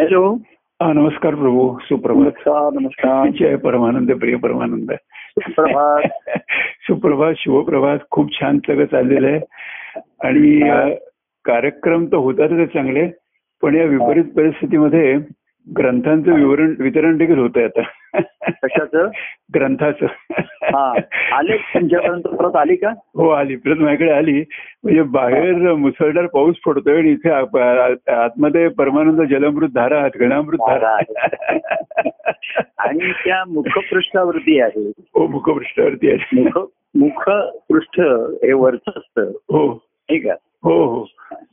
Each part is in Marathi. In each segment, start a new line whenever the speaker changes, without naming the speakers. हॅलो
हा नमस्कार प्रभू सुप्रभात
नमस्कार नमस्कार
जय परमानंद प्रिय परमानंद
सुप्रभात
सुप्रभात शिवप्रभात खूप छान सगळं चाललेलं आहे आणि अ, कार्यक्रम तर होतातच चांगले पण या विपरीत परिस्थितीमध्ये ग्रंथांचं विवरण वितरण देखील होत आहे आता
कशाचं
ग्रंथाचं
हा आले तुमच्यापर्यंत परत आली का
हो आली परत माझ्याकडे आली म्हणजे बाहेर मुसळधार पाऊस पडतोय आणि इथे आप- आ- आतमध्ये परमानंद जलमृत धारा घनामृत धारा
आणि त्या मुखपृष्ठावरती आहे
हो मुखपृष्ठावरती आहे
मुख मुखपृष्ठ हे वरचं असतं
हो
ठीक आहे
हो हो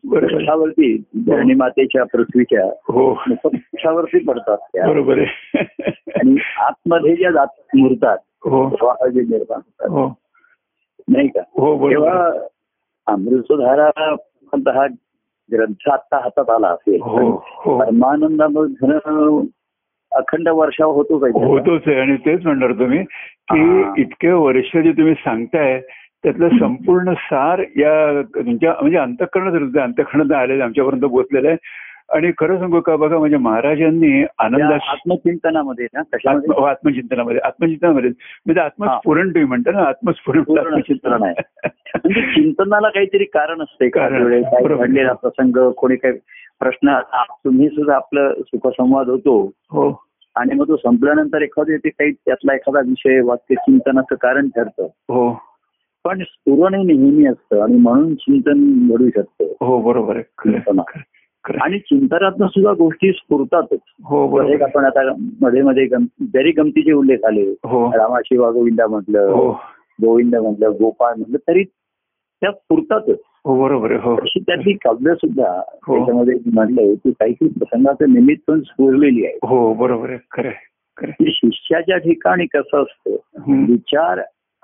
बरोबर आहे.
पृष्ठावरती धरणी मातेच्या पृथ्वीच्या
हो
मुखपृष्ठावरती पडतात त्या
बरोबर आहे
आणि आतमध्ये ज्या जात मुरतात
हो
प्रवाह जे निर्माण होतात
हो
नाही का
हो बरोबर
तेव्हा
आहे.
अमृतधारा म्हणता हा ग्रंथ आता हातात आला असेल
हो हो
परमानंदामध्ये घन अखंड वर्षाव होतो काही
होतोच आहे आणि तेच म्हणणार तुम्ही
हा.
की इतके वर्ष जे तुम्ही सांगताय त्यातलं संपूर्ण सार या तुमच्या म्हणजे अंतकरणात होतं. अंतःकरणात आलेलं आहे, आमच्यापर्यंत पोहोचलेलं आहे आणि खरं सांगू का बघा म्हणजे महाराजांनी आनंदाशी
आत्मचिंतनामध्ये ना
आत्म
कशामध्ये
हो, आत्मचिंतनामध्ये आत्मचिंतनामध्ये म्हणजे आत्मस्फुरण तुम्ही म्हणता ना आत्मस्फुरण
पूर्ण चिंतन आहे म्हणजे चिंतनाला काहीतरी कारण असते का
कारण.
वेळेस काही
बरोबर.
घडलेला प्रसंग कोणी काही प्रश्न आ- तुम्ही सुद्धा आपलं सुखसंवाद होतो
हो
आणि मग तो संपल्यानंतर एखादं ते काही त्यातला एखादा विषय वाक्य चिंतनाचं कारण ठरतं
हो
पण स्फुरण हे नेहमी असतं आणि म्हणून चिंतन घडू शकतं
हो बरोबर आहे खरं आहे,
चिंतना.
खरं आहे, खरं आहे.
आणि चिंतनातनं सुद्धा गोष्टी स्फुरतातच
हो
एक
बरोबर आहे.
आपण आता मध्ये मध्ये गम- जरी गमतीचे उल्लेख आले
हो
रामाशिवा गोविंद म्हटलं
हो
गोविंद म्हटलं गोपाळ म्हटलं तरी त्या स्फुरतातच
हो बरोबर आहे हो
अशी त्यातली काव्य सुद्धा
हो.
त्याच्यामध्ये म्हटलंय की काही काही प्रसंगाचं निमित्त पण स्फुरलेली आहे
हो बरोबर आहे खरं आहे, खरं आहे.
की शिष्याच्या ठिकाणी कसं असतं
हम्म.
विचार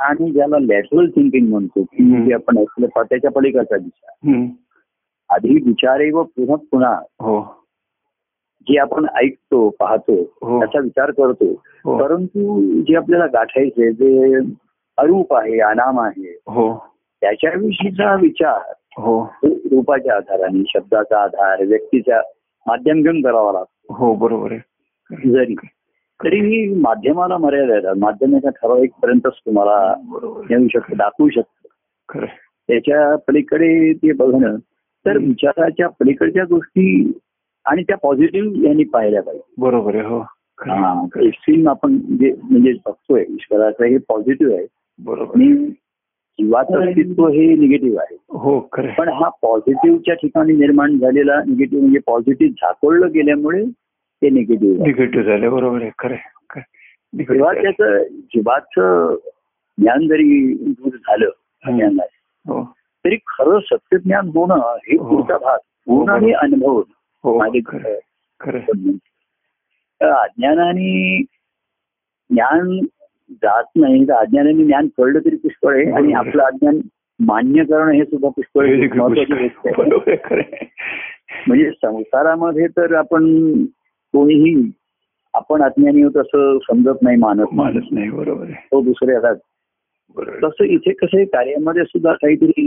आणि ज्याला लॅटरल थिंकिंग म्हणतो की
हम्म.
जे आपण ऐकलं पा- त्याच्या पलीकडचा विचार
हम्म.
आधी विचार आहे व पुन्हा पुन्हा
हो
जे आपण ऐकतो पाहतो
हो.
त्याचा विचार करतो
हो
परंतु जे आपल्याला गाठायचे जे अरूप आहे अनाम आहे
हो
त्याच्याविषयीचा विचार
हो
तो रूपाच्या आधाराने शब्दाचा आधार व्यक्तीचा माध्यम घेऊन करावा लागतो
हो बरोबर आहे
जरी तरीही माध्यमाला मर्यादा येतात माध्यम एका ठराविक पर्यंतच तुम्हाला
बरोबर आहे,
येऊ शकतं दाखवू शकतं
खरं आहे.
त्याच्या पलीकडे ते बघणं तर
हं.
विचाराच्या पलीकडच्या गोष्टी आणि त्या पॉझिटिव्ह यांनी पाहिल्या पाहिजे
बरोबर आहे हो खरं आहे,
हा,
खरं आहे.
एक्स्ट्रीम आपण जे म्हणजे बघतोय ईश्वराचं हे पॉझिटिव्ह आहे
बरोबर आहे.
आणि जीवाचं अस्तित्व हे निगेटिव्ह आहे
हो खरं आहे.
पण हा पॉझिटिव्हच्या ठिकाणी निर्माण झालेला निगेटिव्ह म्हणजे पॉझिटिव्ह झाकोळलं गेल्यामुळे ते निगेटिव्ह आहे
निगेटिव्ह झाले बरोबर आहे खरं आहे, खरं आहे. निगेटिव्ह
तेव्हा
झाले.
त्याचं जीवाचं ज्ञान जरी दूर झालं ज्ञानात,
हो
तरी खरं सत्यज्ञान होणं हे
हो.
पुढचा भाग गुण आणि अनुभव
हो
मागे
खरं आहे, खरं आहे.
तर अज्ञानाने ज्ञान जात नाही तर अज्ञानाने ज्ञान कळलं तरी पुष्कळ आहे आणि
बरोबर.
आपलं अज्ञान मान्य करणं हे सुद्धा पुष्कळ
हे
आहे.
देखील
महत्वाची
गोष्ट
तो गोष्ट
आहे.
आहे.
बरोबर आहे, खरं आहे.
म्हणजे संसारामध्ये तर आपण कोणीही आपण अज्ञानी होत असं समजत नाही मानत
मानत नाही बरोबर आहे
तो दुसरे असतात
बरोबर आहे.
तसं इथे कसं आहे, कार्यामध्ये सुद्धा काहीतरी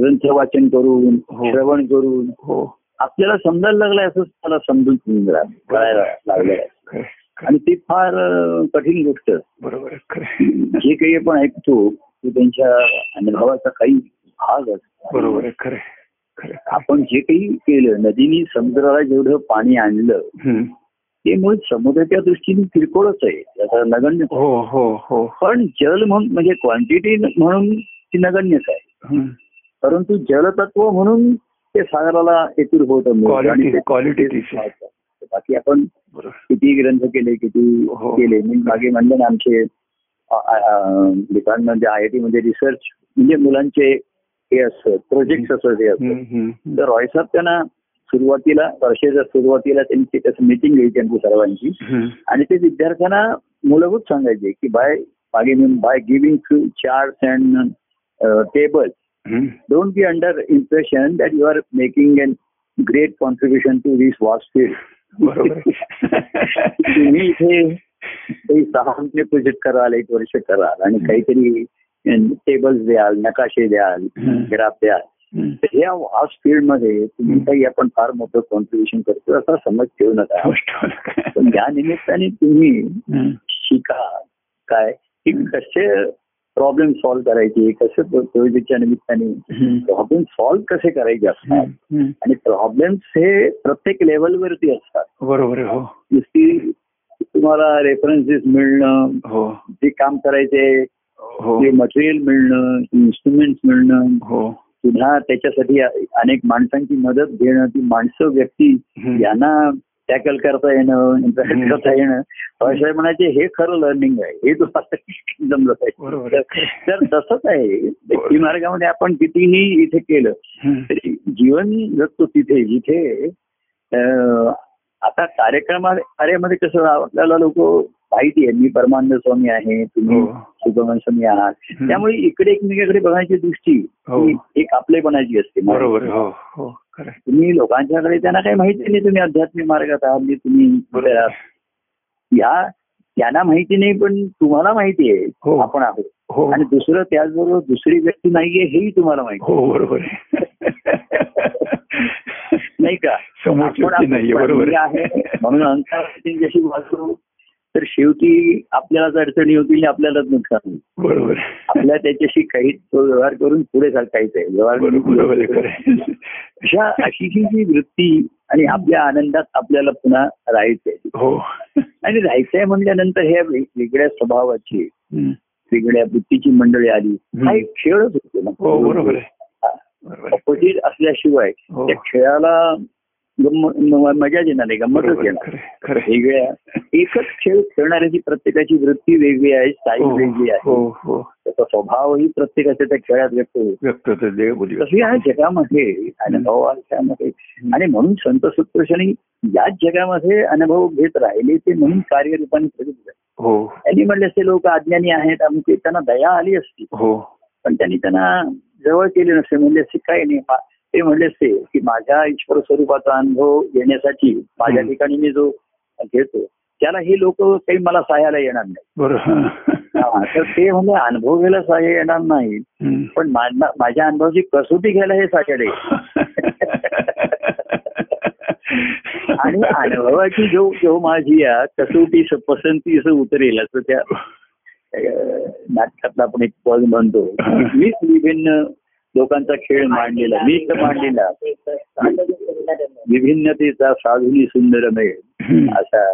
ग्रंथ वाचन करून
हो.
श्रवण करून
हो
आपल्याला समजायला लागलंय असं मला समजून समजायला कळायला लागलेलं आहे
खरं आहे, खरं आहे.
आणि ती फार अ, कठीण गोष्ट आहे.
बरोबर आहे, खरं आहे.
जे काही आपण ऐकतो ते त्यांच्या अनुभवाचा काही भाग असतो
बरोबर आहे खरं आहे, खरं आहे.
आपण जे काही केलं नदीने समुद्राला जेवढं पाणी आणलं
हम्म.
ते मुळे समुद्राच्या दृष्टीने किरकोळच आहे त्याचा नगण्य
हो हो हो
पण जल म्हणून म्हणजे क्वांटिटी म्हणून ती नगण्यच आहे
हम्म.
परंतु जलतत्व म्हणून ते सागराला एतूर होतं
Quality- quality issue.
बाकी आपण
बरोबर
किती ग्रंथ केले किती
हो.
केले मी मागे म्हणलं ना आमचे डिपार्टमेंट आय आय टी मध्ये रिसर्च म्हणजे मुलांचे हे असतं प्रोजेक्ट असत हे असतं
हम्म, हम्म.
तर रॉय साहेब त्यांना सुरुवातीला वर्षाच्या सुरुवातीला त्यांची त्याचं मिटिंग घ्यायची आमची सर्वांची
हम्म.
आणि ते विद्यार्थ्यांना मूलभूत सांगायचे की बाय मागे मी by giving few chart and table
hmm.
Don't be under impression that you are making an great contribution to this vast field
बरोबर आहे.
तुम्ही इथे काही सहा महिने प्रोजेक्ट कराल एक वर्ष कराल आणि काहीतरी टेबल्स द्याल नकाशे द्याल
हं.
ग्राफ द्याल
हम्म.
तर या वास्ट फील्डमध्ये तुम्ही काही आपण फार मोठं कॉन्ट्रीब्युशन करतो असा समज ठेवू नका
गोष्ट होणार.
पण या निमित्ताने तुम्ही
हम्म.
शिका काय की कसे प्रॉब्लेम सॉल्व्ह करायचे कसे प्रोजेक्टच्या निमित्ताने
हम्म.
प्रॉब्लेम सॉल्व्ह कसे करायचे असतात
हम्म. हम्म.
आणि प्रॉब्लेम्स हे प्रत्येक लेवलवरती असतात
बरोबर आहे. हो
नुसती तुम्हाला रेफरन्सेस मिळणं
हो
जे काम करायचे
हो
ते मटेरियल मिळणं इन्स्ट्रुमेंट मिळणं
हो
पुन्हा त्याच्यासाठी अनेक माणसांची मदत घेणं ती माणसं व्यक्ती
हम्म.
यांना टॅकल करता येणं interact करता येणं अशा म्हणायचे हे खरं लर्निंग आहे हे तुम्हाला जमलं
बरोबर
पाहिजे
आहे.
तर तसंच आहे व्यक्ती मार्गामध्ये आपण कितीही इथे केलं
हम्म.
तरी जीवन जगतो तिथे जिथे अं, आता कार्यक्रमा कार्यामध्ये कसं आपल्याला लोक माहिती आहे मी परमानंद स्वामी आहे तुम्ही
हो.
सुब्रमण्य स्वामी आहात
हम्म.
त्यामुळे इकडे एकमेकाकडे बघायची दृष्टी
हो.
ही एक आपलेपणाची असते
बरोबर आहे. हो हो खरं आहे.
तुम्ही लोकांच्याकडे त्यांना काही माहिती नाही तुम्ही आध्यात्मिक मार्गात आहात मी तुम्ही कुठे आहात या त्यांना माहिती नाही पण तुम्हाला माहिती
हो.
आहे आपण आहोत
हो
आणि दुसरं त्याचबरोबर दुसरी व्यक्ती नाहीये हेही तुम्हाला माहिती
हो बरोबर आहे.
नाही का
समोरची
आपण
व्यक्ती नाहीये, बरोबर
आपली
आहे.
आहे म्हणून अंतराची जशी वाचू तर शेवटी आपल्यालाच अडचणी होतील आणि आपल्यालाच नुकसान होईल
बरोबर आहे.
आपल्या त्याच्याशी काही तो व्यवहार करून पुढे सरकायचं आहे
बरोबर बरोबर आहे,
व्यवहार
खरं आहे.
अशा अशी ही जी वृत्ती आणि आपल्या आनंदात आपल्याला पुन्हा राहायचंय
हो
आणि राहायचंय म्हणल्यानंतर ह्या वे- वेगळ्या स्वभावाची
हम्म.
वेगळ्या वृत्तीची मंडळी आली
हम्म.
हा एक खेळच होतो ना
हो बरोबर आहे बरोबर आहे.
अपोजिट असल्याशिवाय
हो.
त्या खेळाला गंम- म- मजाच येणार नाही गंमतच
बरोबर आहे,
येणार
खरं आहे, खरं आहे.
वेगळ्या एकच खेळ खेळणाऱ्याची प्रत्येकाची वृत्ती वेगळी आहे स्टाईल वेगळी
हो
आहे
हो हो
त्याचा स्वभावही प्रत्येकाच्या त्या खेळात व्यक्त होतो
व्यक्त होतं देव बोलू
तसं या जगामध्ये अनुभवाच्यामध्ये आणि म्हणून संत सत्पुरुषांनी याच जगामध्ये अनुभव घेत राहिले ते म्हणून कार्यरूपाने प्रगत झाले.
हो
त्यांनी म्हटले असे लोक अज्ञानी आहेत अमुक आहेत, त्यांना दया आली असती
हो
पण त्यांनी त्यांना जवळ केले नसते म्हणले असे काही नाही मा- ते म्हणले असते की माझ्या ईश्वर स्वरूपाचा अनुभव घेण्यासाठी माझ्या
हम्म.
ठिकाणी मी जो घेतो त्याला हे लोक काही मला सहाय्याला येणार नाही हा, तर
बरोबर
ते म्हणजे अनुभव घ्यायला सहाय्य येणार नाही
हम्म.
पण मा- माझ्या अनुभवाची कसोटी घ्यायला हे सहाय्याला येईल आणि अनुभवाची जो जो माझी या कसोटी स- पसंती असं उतरेल असं त्या अं, नाटकातला आपण एक पद म्हणतो मीच विभिन्न लोकांचा खेळ मांडलेला मीच मांडलेला विभिन्नतेचा साधुनी सुंदर मेळ
हम्म.
असा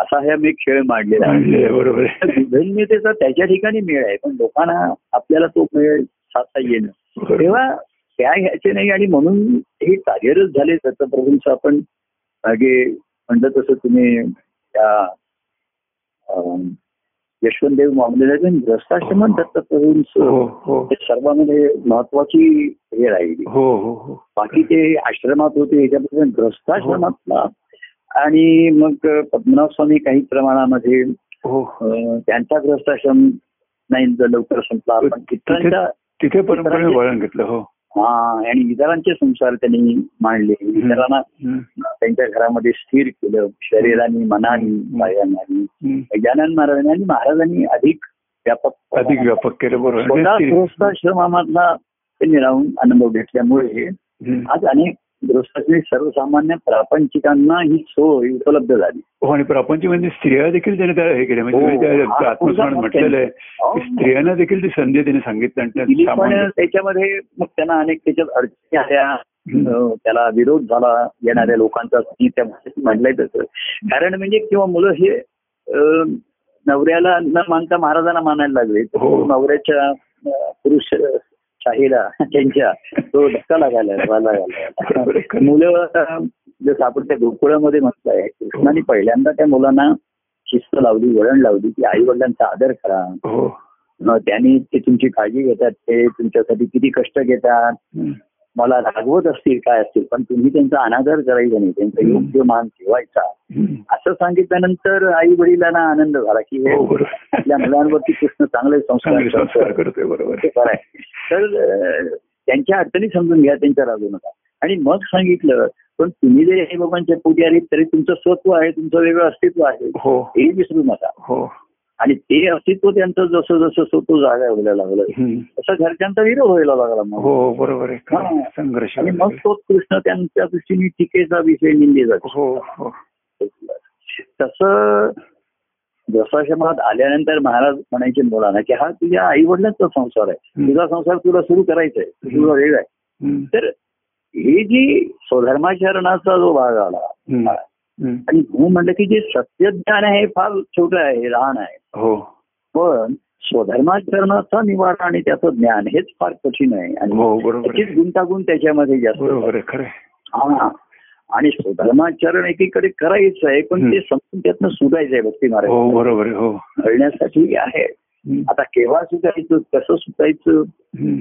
असा ह्या मी खेळ मांडलेला आहे.
आणले, बरोबर
तर
आहे.
विभिन्नतेचा त्याच्या ठिकाणी मेळ आहे पण लोकांना आपल्याला तो मेळ साधता येणं
बरोबर
तेव्हा त्या ह्याचे नाही आणि म्हणून हे कार्यरत झाले दत्तप्रभूंचं आपण मागे म्हणलं तसं तुम्ही त्या अम, यशवंतदेव मामलेदार भ्रष्टाश्रमात
हो
दत्तप्रभूंचं
हो
हे सर्वांमध्ये महत्वाची हे राहिली
हो हो हो
बाकी ते आश्रमात होते ह्याच्यापासून भ्रष्टाश्रमातला आणि मग पद्मनाभ स्वामी काही प्रमाणामध्ये
हो
अं, त्यांचा भ्रष्टाश्रम नाही लवकर संपला पण इतरांचा
तिथे परंपरेने वळण घेतलं हो
हा आणि इतरांचे संसार त्यांनी मांडले इतरांना
हम्म.
त्यांच्या घरामध्ये स्थिर केलं शरीराने मनाने बाह्यांनी
हम्म.
गजानन महाराजांनी आणि महाराजांनी अधिक व्यापक
अधिक व्यापक म्हणजे केलं बरोबर
हो. स्वतः
आणि स्त्री-
गृहस्थाश्रमामधला त्यांनी राहून अनुभव घेतल्यामुळे
हम्म.
आज अनेक गृहस्थाश्रमी सर्वसामान्य प्रापंचिकांना ही सोय उपलब्ध झाली
हो आणि प्रापंच म्हणजे स्त्रिया देखील त्याने त्याला हे केलं म्हणजे
हो.
तुम्ही त्या
हा,
आत्मस्मरण
पुरुषांना
म्हटलेलं आहे
हो.
की स्त्रियांना देखील ती संधी त्याने सांगितलं
दिली पण
आणि
त्याच्यामध्ये मग त्यांना अनेक त्याच्यात अडचणी आल्या
हम्म.
अं, त्याला विरोध झाला येणाऱ्या लोकांचा मी त्या भाषेत म्हणलंय तसं कारण म्हणजे किंवा मुलं हे अं, नवऱ्याला न मानता महाराजांना मानायला लागले तर
हो.
नवऱ्याच्या अं, पुरुष अं, शाहीला त्यांच्या तो धक्का लागायला लागायला लागला.
बरोबर आहे, खरं.
मुलं आता जसं आपण त्या गोकुळामध्ये म्हटलंय कृष्णाने पहिल्यांदा त्या मुलांना शिस्त लावली वळण लावली की आई वडिलांचा आदर करा
हो
अं, त्यांनी ते तुमची काळजी घेतात ते तुमच्यासाठी किती कष्ट घेतात
हम्म.
मला रागवत असतील काय असतील पण तुम्ही त्यांचा अनादर करायचा नाही त्यांचा
हम्म.
योग्य मान ठेवायचा
हम्म.
असं सांगितल्यानंतर आई वडिलांना आनंद झाला की हे
हो बरोबर
आपल्या मुलांवरती कृष्ण चांगले संस्कार
चांगले
करतोय.
संस्कार करतोय बरोबर
ते
आहे.
खरं आहे. तर अं, त्यांच्या अडचणी समजून घ्या त्यांच्या रागू नका आणि मग सांगितलं पण तुम्ही जरी आई बाबांच्या पोटी आले तरी तुमचं स्वत्व आहे तुमचं वेगळं अस्तित्व आहे
हो
हे विसरू नका
हो
आणि ते अस्तित्व त्यांचं जसं जसं स्वतः जागा व्हायला लागलं
हम्म.
तसं घरच्यांचा विरोध व्हायला लागला मग
हो हो, बरोबर आहे खरं.
हा.
संघर्ष
आणि मग
वगैरे.
तो कृष्ण त्यांच्या दृष्टीने टीकेचा विषय निंदेचा
हो हो
तसं दशाश्रमात आल्यानंतर महाराज म्हणायचे मुलांना की हा तुझ्या आई वडिलांचा संसार आहे
हम्म.
तुझा संसार तुला सुरू करायचा आहे तुझा वेळ आहे
हम्म.
तर हे जी स्वधर्माचरणाचा जो भाग आला
हम्म. हम्म.
आणि म्हणून म्हटलं की जे सत्यज्ञान आहे हे फार छोटं आहे लहान आहे
हो
पण स्वधर्माचरणाचा निवाडा आणि त्याचं ज्ञान हेच फार कठीण आहे आणि
हो बरोबर
त्याचीच
आहे.
गुंतागुंत त्याच्यामध्ये जास्त
बरोबर आहे खरं आहे.
हा आणि स्वधर्माचरण एकीकडे करायचं आहे पण
हम्म.
ते समजून त्यातनं सुटायचं आहे भक्ती
हो
मार्ग
बरोबर आहे हो
कळण्यासाठी आहे
हम्म.
आता केव्हा सुटायचं कसं सुटायचं
हम्म.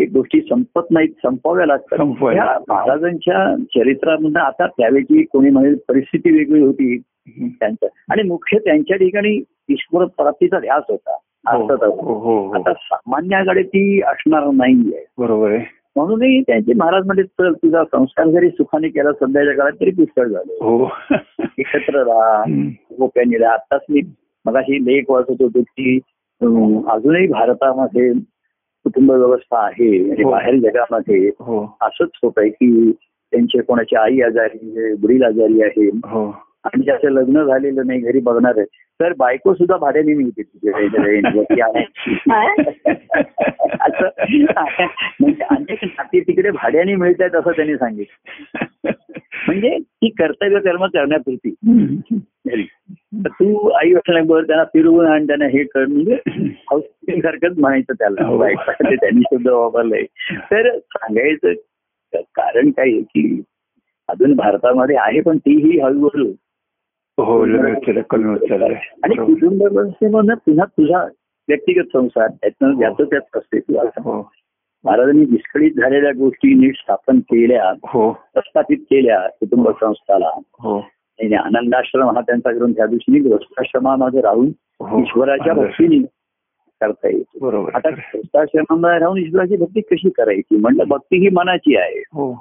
हे गोष्टी संपत नाहीत संपवाव्या लागतात
संपवायला.
या महाराजांच्या चरित्रामध्ये आता त्यावेळी कोणी म्हणेल परिस्थिती वेगळी होती
हम्म.
त्यांचं आणि मुख्य त्यांच्या ठिकाणी ईश्वर प्राप्तीचा ध्यास होता
हो
अर्थात
हो हो
आता
हो.
सामान्याकडे ती असणार नाहीये
बरोबर आहे
म्हणूनही त्यांचे महाराज म्हणजे चल तुझा संस्कार जरी सुखाने केला सध्याच्या काळात तरी पुष्कळ झाले
हो
एकत्र राहा
हम्म.
गोप्यांनी राहा आत्ताच मी मगाशी लेख वाचत होतो की अं, अजूनही भारतामध्ये कुटुंब व्यवस्था आहे म्हणजे
हो.
बाहेर जगामध्ये
हो
असंच होत आहे की त्यांचे कोणाची आई आजारी आहे वडील आजारी आहे
हो
आणि त्याचं लग्न झालेलं नाही घरी बघणार आहे तर बायको सुद्धा भाड्याने मिळते तिथे असं म्हणजे अनेक नाती तिकडे भाड्याने मिळत आहेत असं त्यांनी सांगितलं म्हणजे ती कर्तव्य कर्म करण्यापुरती
हम्म.
घरी. तर तू आई असल्याबरोबर त्यांना फिरवून आणि त्यांना हे कर म्हणजे हाऊसकीपिंग सारखंच म्हणायचं त्याला
हो.
बायको ते त्यांनी सुद्धा वापरलंय तर सांगायचं क- कारण काय आहे की अजून भारतामध्ये आहे पण तीही हळूहळू
हो लगेच चला कमी होत चाललंय
आणि
बरोबर.
कुटुंब व्यवस्थेमधनं पुन्हा तुझा व्यक्तिगत संसार त्यातनं ज्याचं त्यात असते तुला
हो
महाराजांनी विस्कळीत झालेल्या गोष्टी नीट स्थापन केल्या
हो
प्रस्थापित केल्या कुटुंब संस्थाला
हो
आणि आनंदाश्रम हा त्यांचा ग्रंथ त्या दिवशी गृहस्थाश्रमामध्ये राहून
हो
ईश्वराच्या
बरोबर.
भक्तीने करता येते
बरोबर
आता
आहे.
गृहस्थाश्रमामध्ये राहून ईश्वराची भक्ती कशी करायची म्हणलं भक्ती ही मनाची आहे
हो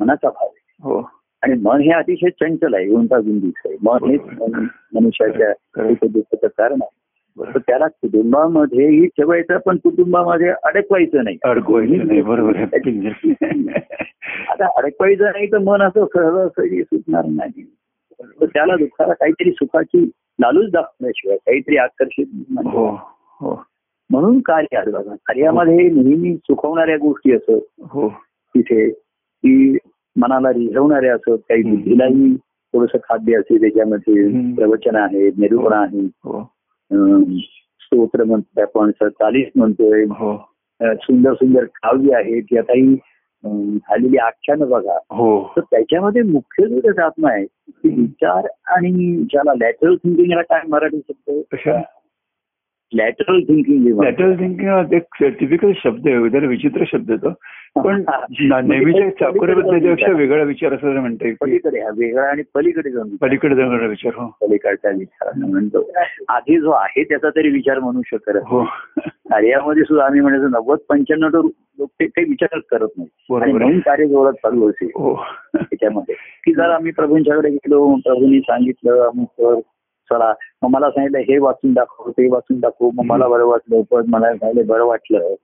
मनाचा भाव आहे
हो
आणि मन हे अतिशय चंचल आहे गुंतागुंतीच आहे मन हेच मन- मनुष्याच्या
खरं.
सुख दुःखाचं कारण आहे तर
बरोबर.
त्याला कुटुंबामध्येही ठेवायचं पण कुटुंबामध्ये अडकवायचं नाही
अडकवायचं नाही बरोबर आहे पिंजर.
आता अडकवायचं नाही तर मन असं सहजासहजी सुटणार नाही तर त्याला दुःखाला काहीतरी सुखाची लालूच दाखवण्याशिवाय काहीतरी आकर्षित नाही.
हो हो
म्हणून कार्य आहे बघा. कार्यामध्ये नेहमी सुखवणाऱ्या गोष्टी असत
हो
तिथे की मनाला रिझवणाऱ्या असत काही
हम्म.
बुद्धीलाही थोडस खाद्य असेल त्याच्यामध्ये
हम्म.
प्रवचन आहे निरूपण आहे
हो
अं, स्तोत्र म्हणतोय आपण चालीस म्हणतोय
हो
अं, सुंदर सुंदर काव्य आहेत या काही अं, झालेली आख्यानं बघा
हो
तर त्याच्यामध्ये मुख्य जो त्याचा आत्मा आहे की विचार आणि ज्याला लॅटरल थिंकिंगला काय मराठी शब्द
अशा
लॅटरल थिंकिंग जे म्हणतात.
लॅटरल थिंकिंग हा एक टिपिकल शब्द आहे जरा विचित्र शब्द आहे तो पण ना-
म्हणजे
नेहमीच्या चाकोऱ्या पद्धतीपेक्षा वेगळा विचार असं जर म्हणता येईल की
पलीकडे हा वेगळा आणि पलीकडे जाऊन विचार.
पलीकडे जाणारा विचार हो
पलीकडचा विचार असं म्हणतो आधी जो आहे त्याचा तरी विचार म्हणू शकत नाही.
हो
कार्यामध्ये सुद्धा आम्ही म्हणायचो नव्वद पंच्याण्णव तर लोक ते काही विचारच करत नाही
बरोबर
आणि
आहे.
म्हणून कार्य जोरात चालू असेल
हो
त्याच्यामध्ये की जर आम्ही प्रभूंच्याकडे गेलो प्रभूंनी सांगितलं अमुक कर, चला मग मला सांगितलं हे वाचून दाखव ते वाचून दाखव मग मला बरं वाटलं पण मला सांगितलं बरं वाटलं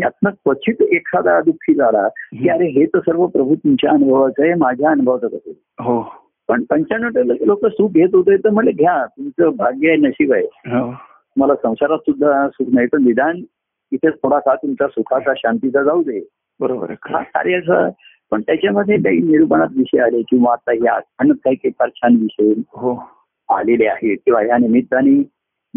यातनं क्वचित एखादा दुःखी झाला की अरे हे तर सर्व प्रभू तुमच्या अनुभवाचं आहे माझ्या अनुभवाचं कसं आहे?
हो
पण पंच्याण्णव लोक सुख घेत होते तर म्हणले घ्या तुमचं भाग्य आहे नशीब आहे
हो
तुम्हाला संसारात सुद्धा सुख नाही पण निदान इथे थोडा काळ तुमचा सुखाचा शांतीचा जाऊ दे
बरोबर आहे खरं
हा
आहे.
कार्याचा पण त्याच्यामध्ये काही निरूपणात विषय आले किंवा आता या आठवणीत काही काही फार छान विषय
हो
आलेले आहेत किंवा या निमित्ताने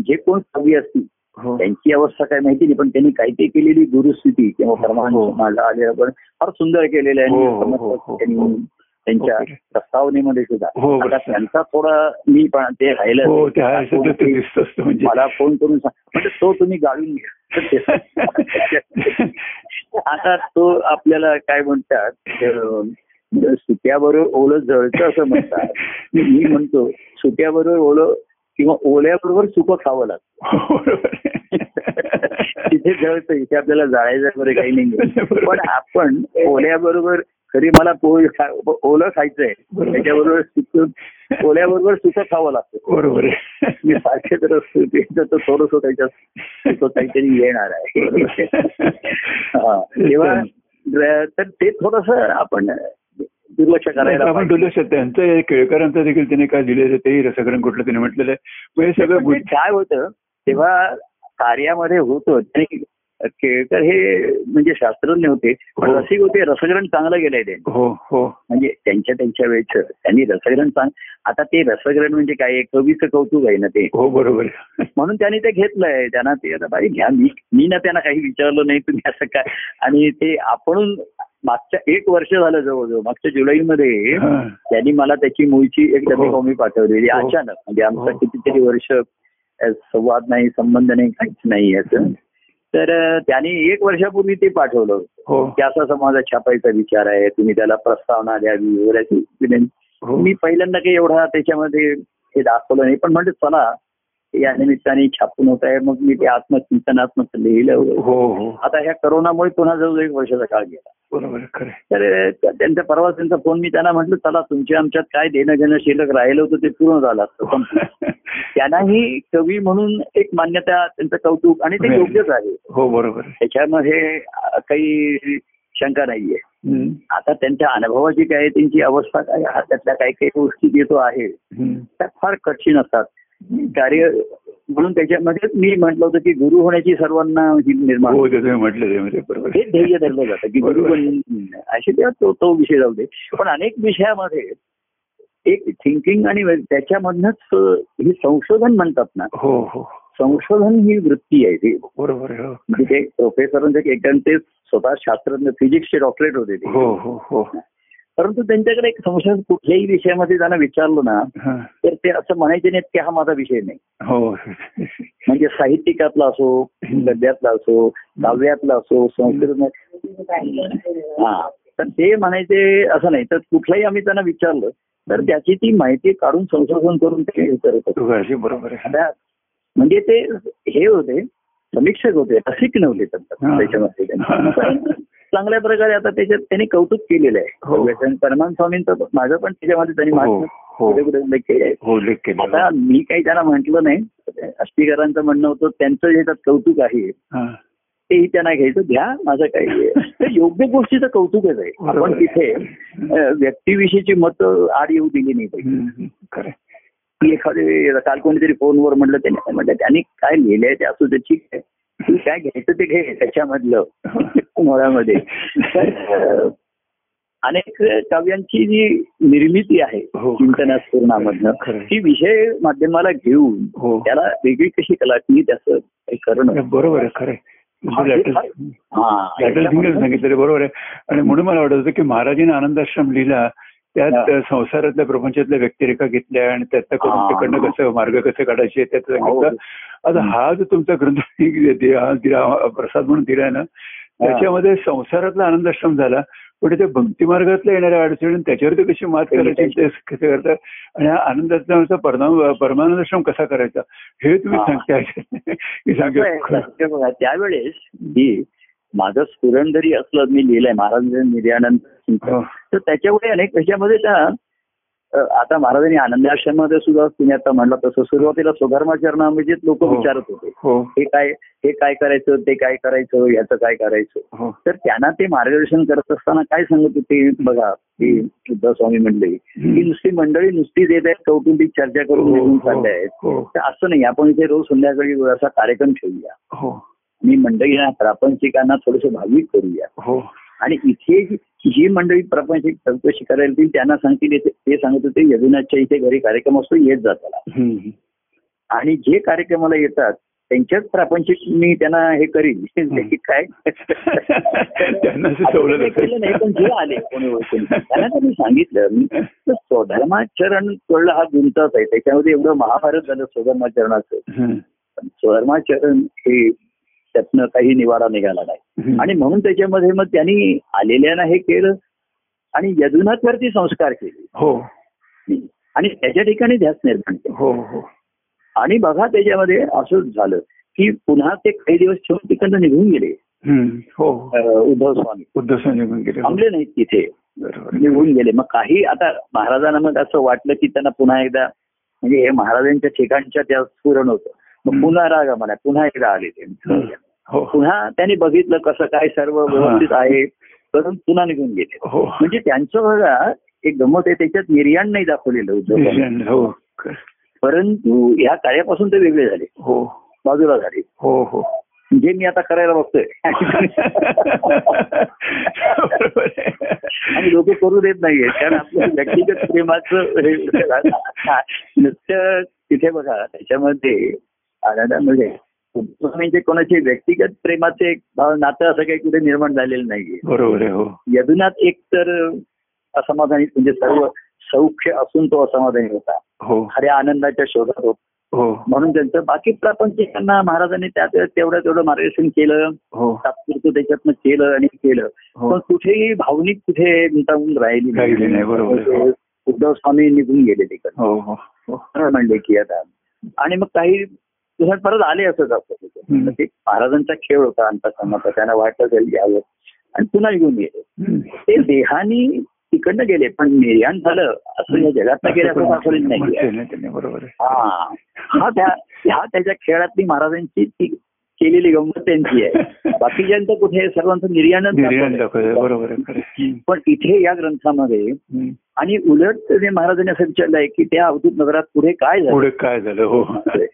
जे कोण कवी असतील
हो
त्यांची अवस्था काय माहिती नाही पण त्यांनी काही काही केलेली गुरुस्थिती किंवा
हो.
परमानंद आलेलं पण फार सुंदर केलेलं आहे
हो, हो,
आणि
हो, हो.
समर्पक त्यांनी त्यांच्या
ओके.
प्रस्तावनेमध्ये सुद्धा
हो,
आता
बरोबर.
त्यांचा थोडा मी पण ते
हो
राहिलं
ते हा शब्द ते दिसत असतो म्हणजे
मला फोन करून सांग म्हणजे तो तुम्ही गाळून घ्या तर ते- आता तो आपल्याला काय म्हणतात अं, सुक्याबरोबर ओलं जळतं असं म्हणतात मी मी म्हणतो सुक्याबरोबर ओलं किंवा ओल्याबरोबर सुख खावं लागतं
हो, बरोबर आहे.
तिथे जळतं इथे आपल्याला जाळायचं वगैरे काही नाही पण आपण ओल्याबरोबर खरी मला पोळी खा ओलं खायचंय
बरोबर.
त्याच्याबरोबर सुक पोळ्याबरोबर सुख खावं लागतं
बरोबर आहे.
मी सारखे तर असतो ते तर थोडस त्याच्यात तो काहीतरी येणार आहे हा, तेव्हा र- तर ते थोडस आपण दुर्लक्ष करायला
आपण
पाहिजे.
बोलू शकतो त्यांचं केळकरांचं देखील तिने काय दिलेलं आहे, तेही रसग्रहण कुठलं तिने म्हटलेलं आहे मग हे सगळं
म्हणजे
बुद्ध-
काय होतं तेव्हा कार्यामध्ये होतं आणि केळकर हे म्हणजे शास्त्रज्ञ होते पण
हो.
रसिक होते रसग्रहण चांगलं गेलंय ते
हो हो
म्हणजे त्यांच्या त्यांच्या वेळेचं त्यांनी रसग्रहण चांग आता ते रसग्रहण म्हणजे काय आहे? कवीचं कौतुक आहे ना ते
हो बरोबर आहे.
म्हणून त्यांनी ते घेतलंय त्यांना ते आता बाई घ्या मी मी ना त्यांना काही विचारलं नाही तुम्ही असं काय आणि ते आपण मागच्या एक वर्ष झालं जवळजवळ मागच्या जुलैमध्ये
हा.
त्यांनी मला त्याची मुळची एक डबी
हो.
कॉमी पाठवलेली
हो.
अचानक म्हणजे आमचं
हो.
कितीतरी वर्ष अ, संवाद नाही संबंध नाही काहीच नाही असं तर अ, त्यांनी एक वर्षापूर्वी ते पाठवलं
हो
की असा समाजात छापायचा विचार आहे तुम्ही त्याला प्रस्तावना द्यावी वगैरे अशी विनंती
हो
मी पहिल्यांदा काही एवढा त्याच्यामध्ये हे दाखवलं नाही पण म्हणजे चला या निमित्ताने छापून होत आहे मग मी ते आत्मचिंतनात्मक लिहिलं वगैरे.
हो हो
आता ह्या करोनामुळे पुन्हा जवळजवळ एक वर्षाचा काळ गेला
बरोबर आहे, खरं आहे.
तर त्या- त्यांचा परवा त्यांचा फोन मी त्यांना म्हटलं चला तुमच्या आमच्यात काय देणं घेणं शिल्लक राहिलं होतं ते पूर्ण झालं असतं पण त्यांनाही कवी म्हणून एक मान्यता त्यांचं कौतुक आणि ते योग्यच आहे
हो बरोबर आहे.
त्याच्यामध्ये अ, काही शंका नाहीये
हम्म,
आता त्यांच्या अनुभवाची काय आहे, त्यांची अवस्था काय आहे, त्यातल्या काही काही गोष्टी जे तो आहे
हम्म.
त्या फार कठीण असतात कार्य म्हणून त्याच्यामध्ये मी म्हटलं होतं की गुरु होण्याची सर्वांना ही निर्माण
हो ते तुम्ही म्हटलं ते म्हणजे बरोबर
हे
आहे.
ध्येय धरलं जातं की गुरु बन- असे तेव्हा तो तो विषय जाऊ दे पण अनेक विषयामध्ये एक थिंकिंग आणि वे- त्याच्यामधनच हे संशोधन म्हणतात ना
हो हो
संशोधन ही वृत्ती आहे ती
बरोबर आहे, हो.
म्हणजे ते प्रोफेसरांचं एक एकदम ते स्वतः शास्त्रज्ञ फिजिक्सचे डॉक्टरेट होते ते
हो हो हो
परंतु त्यांच्याकडे एक संशोधन कुठल्याही विषयामध्ये त्यांना विचारलं ना
हा.
तर ते असं म्हणायचे नाहीत की हा माझा विषय नाही
हो
म्हणजे साहित्यिकातला असो गद्यातला असो काव्यातला असो संस्कृत हा तर ते म्हणायचे असं नाही तर कुठलाही आम्ही त्यांना विचारलं तर त्याची ती माहिती काढून संशोधन करून ते हे करत होते.
तू अशी बरोबर आहे
आता म्हणजे ते हे होते समीक्षक होते रसिक नव्हते त्यांचा
हा.
त्याच्यामध्ये त्यांनी. परंतु चांगल्या प्रकारे आता त्याच्यात त्यांनी कौतुक केलेलं
हो.
आहे परमान स्वामींचं माझं पण त्याच्यामध्ये त्यांनी
हो
माझं
हो
कुठे कुठे उल्लेख केले
हो लेख केला
आता मी काही त्याला म्हटलं नाही अष्टीकरांचं म्हणणं होतं त्यांचं जे त्यात कौतुक आहे
हा.
तेही त्यांना घ्यायचं घ्या माझं काही तर योग्य गोष्टीचं कौतुकच आहे
बरोबर
आपण
आहे.
तिथे अ, व्यक्तीविषयीची मतं आड येऊ दिली नाही पाहिजे
हम्म, खरं आहे.
की एखादे काल कोणीतरी फोनवर म्हटलं त्याने म्हटलं त्यांनी काय लिहिलंय ते असू दे ठीक आहे तू काय घ्यायचं ते घे त्याच्यामधलं मुळामध्ये तर, अ, अनेक काव्यांची जी निर्मिती आहे
हो.
चिंतनास्फूर्णामधनं
खरंय.
ती विषय माध्यमाला घेऊन
हो
त्याला वेगळी कशी कलाटणी त्याचं हे करणं
बरोबर आहे खरं आहे.
हा,
म्हणजे
ते
lateral-
फार- हा,
lateral thinking
याच्यामधनं-
सांगितलं बरोबर आहे आणि म्हणून मला वाटत होतं की महाराजांनी आनंदाश्रम लिहिला त्यात
हा.
संसारातल्या प्रपंचातल्या व्यक्तिरेखा घेतल्या आणि त्यातलं
हा.
कौतुकडनं कसं मार्ग कसे काढायचे त्याचं
हो.
सांगितलं आता हा जो तुमचा ग्रंथ दि- हा दिला हा प्रसाद म्हणून दिलाय ना त्याच्यामध्ये संसारातला आनंदाश्रम झाला पण ते भक्ती मार्गातल्या येणाऱ्या अडचणी आणि त्याच्यावरती कशी मात करायची ते कसे करतात आणि हा आनंदाश्रमाचा परिणाम परमानंदाश्रम कसा करायचा हे तुम्ही
हा.
सांगताय हे सांगितलं.
सत्य बघा, त्यावेळेस मी माझं स्फुरण जरी असलं मी लिहिलंय महाराजांनी निर्यानंद चिंतन
हो.
तर त्याच्यामुळे अनेक त्याच्यामध्ये त्या अ, आता महाराजांनी आनंदाश्रमामध्ये सुद्धा तुम्ही आता म्हणला तसं सुरुवातीला स्वधर्माचरणामध्ये लोक
हो.
विचारत होते
हो
हे काय हे काय करायचं ते काय करायचं याचं काय करायचं
हो
तर त्यांना ते मार्गदर्शन करत असताना काय सांगत होते बघा ते शुद्धा स्वामी मंडळी ही नुसती मंडळी नुसती देत आहेत कौटुंबिक चर्चा करून निघून चालल्या आहेत
हो
तर असं नाही आपण इथे रोज संध्याकाळी असा कार्यक्रम ठेवूया
हो
मी मंडळींना प्रापंचिकांना थोडस भाविक करूया
हो
आणि इथे जी- जी मंडळी प्रापंचिक चौकशी करायला येतील त्यांना सांगतील इथे- ते सांगत होते यदुनाथच्या इथे घरी कार्यक्रम असतो येत जाताना
हम्म.
आणि जे कार्यक्रमाला येतात त्यांच्याच प्रापंचिक मी त्यांना हे करीन हे काय
त्यांना असं
आता
सवलत
ते
असेल.
केलं नाही पण जे आले कोणी ओळखून त्यांना तर मी सांगितलं मी तर स्वधर्माचरण कळलं हा गुंताच आहे त्याच्यामध्ये एवढं महाभारत झालं स्वधर्माचरणाचं
हम्म.
पण स्वधर्माचरण हे त्यातनं काही निवारा निघाला नाही
हम्म.
आणि म्हणून त्याच्यामध्ये मग त्यांनी आलेल्यांना हे केलं आणि यदुनाथवरती संस्कार केले
हो
आणि त्याच्या ठिकाणी ध्यास निर्माण केला
हो हो
आणि बघा त्याच्यामध्ये असंच झालं की पुन्हा ते काही दिवस ठेवून तिकडनं निघून गेले
हम्म. हो
अं, उद्धव स्वामी
उद्धव संजय गेले
थांबले नाहीत तिथे
बरोबर
निघून गेले मग काही आता महाराजांना मग असं वाटलं की त्यांना पुन्हा एकदा म्हणजे हे महाराजांच्या ठिकाणच्या त्या स्फुरण होतं मग
हम्म.
पुन्हा राग आम्हाला पुन्हा एकदा आले ते
हो हो
पुन्हा त्यांनी बघितलं कसं काय सर्व व्यवस्थित आहे करून पुन्हा निघून गेले
हो
म्हणजे त्यांचं बघा एक गमत आहे त्याच्यात निर्याण नाही दाखवलेलं होतं
निर्जन, हो क-
परंतु ह्या कार्यापासून ते वेगळे झाले
हो
बाजूला झाले
हो हो
जे मी आता करायला बघतोय
बरोबर आहे.
आणि लोक करू देत नाहीये कारण आपलं व्यक्तिगत प्रेमाचं हे नुसतं तिथे बघा त्याच्यामध्ये आनंदामध्ये म्हणजे कोणाचे व्यक्तिगत प्रेमाचे एक भाव नातं असं काही कुठे निर्माण झालेलं नाहीये
बरोबर आहे हो
यदुनाथ एक तर असमाधानी म्हणजे सर्व सौख्य असून तो असमाधानी होता
हो
खऱ्या आनंदाच्या शोधात होता
हो
म्हणून त्यांचं बाकी प्रापंचिकांना महाराजांनी त्या त्या- तेवढं तेवढं मार्गदर्शन केलं
हो
तात्पुरतं त्याच्यातनं केलं आणि केलं पण
हो
कुठेही भावनिक कुठे गुंतावून राहिली म्हणजे
राहिली नाही, बरोबर आहे.
उद्धव स्वामी निघून गेले तिकडे
हो हो हो
म्हणले की आता आणि मग काही दिवसात परत आले असं जातो
हम्म.
ते महाराजांचा खेळ होता अंतकरणाचा त्यांना वाटलं असेल यावं आणि पुन्हा निघून गेले
हम्म.
ते देहानी तिकडनं गेले पण निर्याण झालं असं या जगात गेलं असं दाखवलेलं नाही
म्हटलेलं नाही त्यांनी, बरोबर आहे
हा हा त्या ह्या त्याच्या खेळातली महाराजांची ती केलेली गंमत त्यांची आहे बाकीच्यांचं कुठे सर्वांचं निर्याणच
निर्याण
दाखवलंय.
दाखवलं बरोबर आहे खरं आहे.
पण इथे या ग्रंथामध्ये
हम्म.
आणि उलट ते महाराजांनी असं विचारलंय की त्या अवधूत नगरात पुढे काय झालं
पुढे काय झालं हो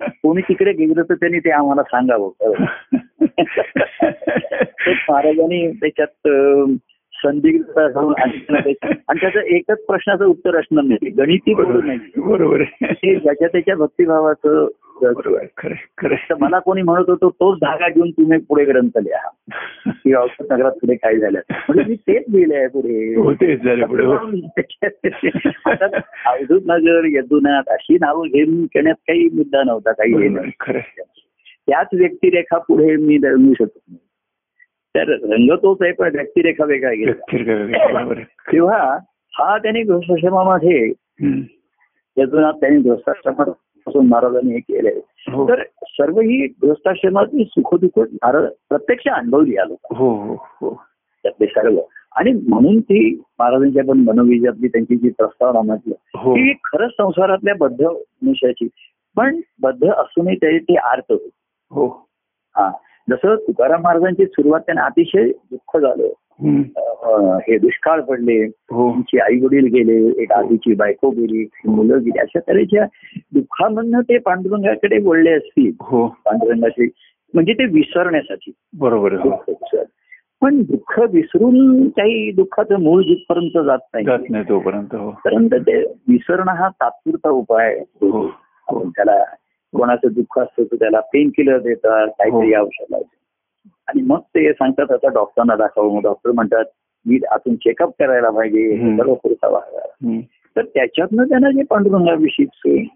कोणी तिकडे गेलं तर त्यांनी ते आम्हाला सांगावं तर महाराजांनी त्याच्यात अं, संदिग्धता घेऊन आणि त्यांना ते- आणि त्याचं एकच प्रश्नाचं उत्तर असणार नाही गणिती बोलू
बरोबर
नाही
आहे. बरोबर आहे
ते ज्याच्या त्याच्या भक्तिभावाचं
बरोबर आहे. खरं आहे, खरं
तर मला कोणी म्हणत होतो तोच धागा घेऊन तुम्ही पुढे ग्रंथ लिहा
आहे.
की अवधूत नगरात पुढे काय झालं म्हणजे मी तेच लिहिलंय पुढे
हो तेच झालं पुढे हो
आता अवधूत नगर यदुनाथ अशी नावं घेऊन घेण्यात काही मुद्दा नव्हता काही हे
बरोबर
नाही.
आहे, खरं आहे.
त्याच व्यक्तिरेखा पुढे मी रंगू शकत नाही तर रंग तोच आहे पण व्यक्तिरेखा वेगळा गेला
व्यक्तिरेखा वेगळी आहे, बरोबर आहे.
तेव्हा हा त्याने गृहस्थाश्रमामध्ये
हम्म.
यदुनाथ त्यांनी गृहस्थाश्रमापासून महाराजांनी हे केलंय
हो.
तर सर्व ही गृहस्थाश्रमातली सुखदुःख महाराज प्रत्यक्ष अनुभवली आलो
हो हो हो
त्यातले सर्व आणि म्हणून ती महाराजांची आपण मनोविजातली त्यांची जी प्रस्तावना म्हटलं
हो
ती खरंच संसारातल्या बद्ध मनुष्याची पण बद्ध असूनही त्याचे ते आर्त होते
हो
हा जसं तुकाराम महाराजांची सुरुवात त्यांना अतिशय दुःख झालं
हम्म.
अं, हे दुष्काळ पडले
हो
त्यांची आई वडील गेले एक आधीची बायको गेली मुलं गेली अशा तऱ्हेच्या दुःखामधनं ते पांडुरंगाकडे वळले असतील
हो
पांडुरंगाचे म्हणजे ते विसरण्यासाठी
बरोबर आहे, हो
दुःख विसर. पण दुःख विसरून काही दुःखाचं मूळ जिथपर्यंत जात नाही
जात नाही तोपर्यंत हो
परंतु ते विसरणं हा तात्पुरता उपाय आहे.
हो
आपण त्याला कोणाचं दुःख असतं तर त्याला पेन किलर देतात
हो.
काहीतरी औषध लावतात आणि मग ते सांगतात आता डॉक्टरांना दाखवा मग डॉक्टर म्हणतात मी आतून चेकअप करायला पाहिजे हे
हम्म.
सर्व पुरता वागा
हम्म.
तर त्याच्यातनं त्यांना जे पांडुरंगाविषयीच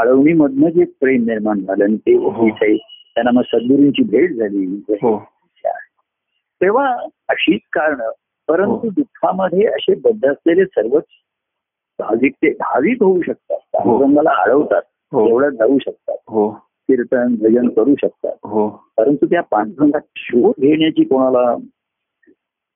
आळवणीमधनं जे प्रेम निर्माण झालं आणि ते
हो.
जी काही त्यांना मग सद्गुरूंची भेट झाली
हो
तेव्हा अशीच कारण परंतु
हो.
दुःखामध्ये असे बद्ध असलेले सर्वच भाविक ते भाविक होऊ शकतात
हो.
पांडुरंगाला अडवतात
हो
एवढ्यात जाऊ शकतात
हो
कीर्तन भजन करू शकतात
हो
परंतु त्या पांडुरंगात शोध घेण्याची कोणाला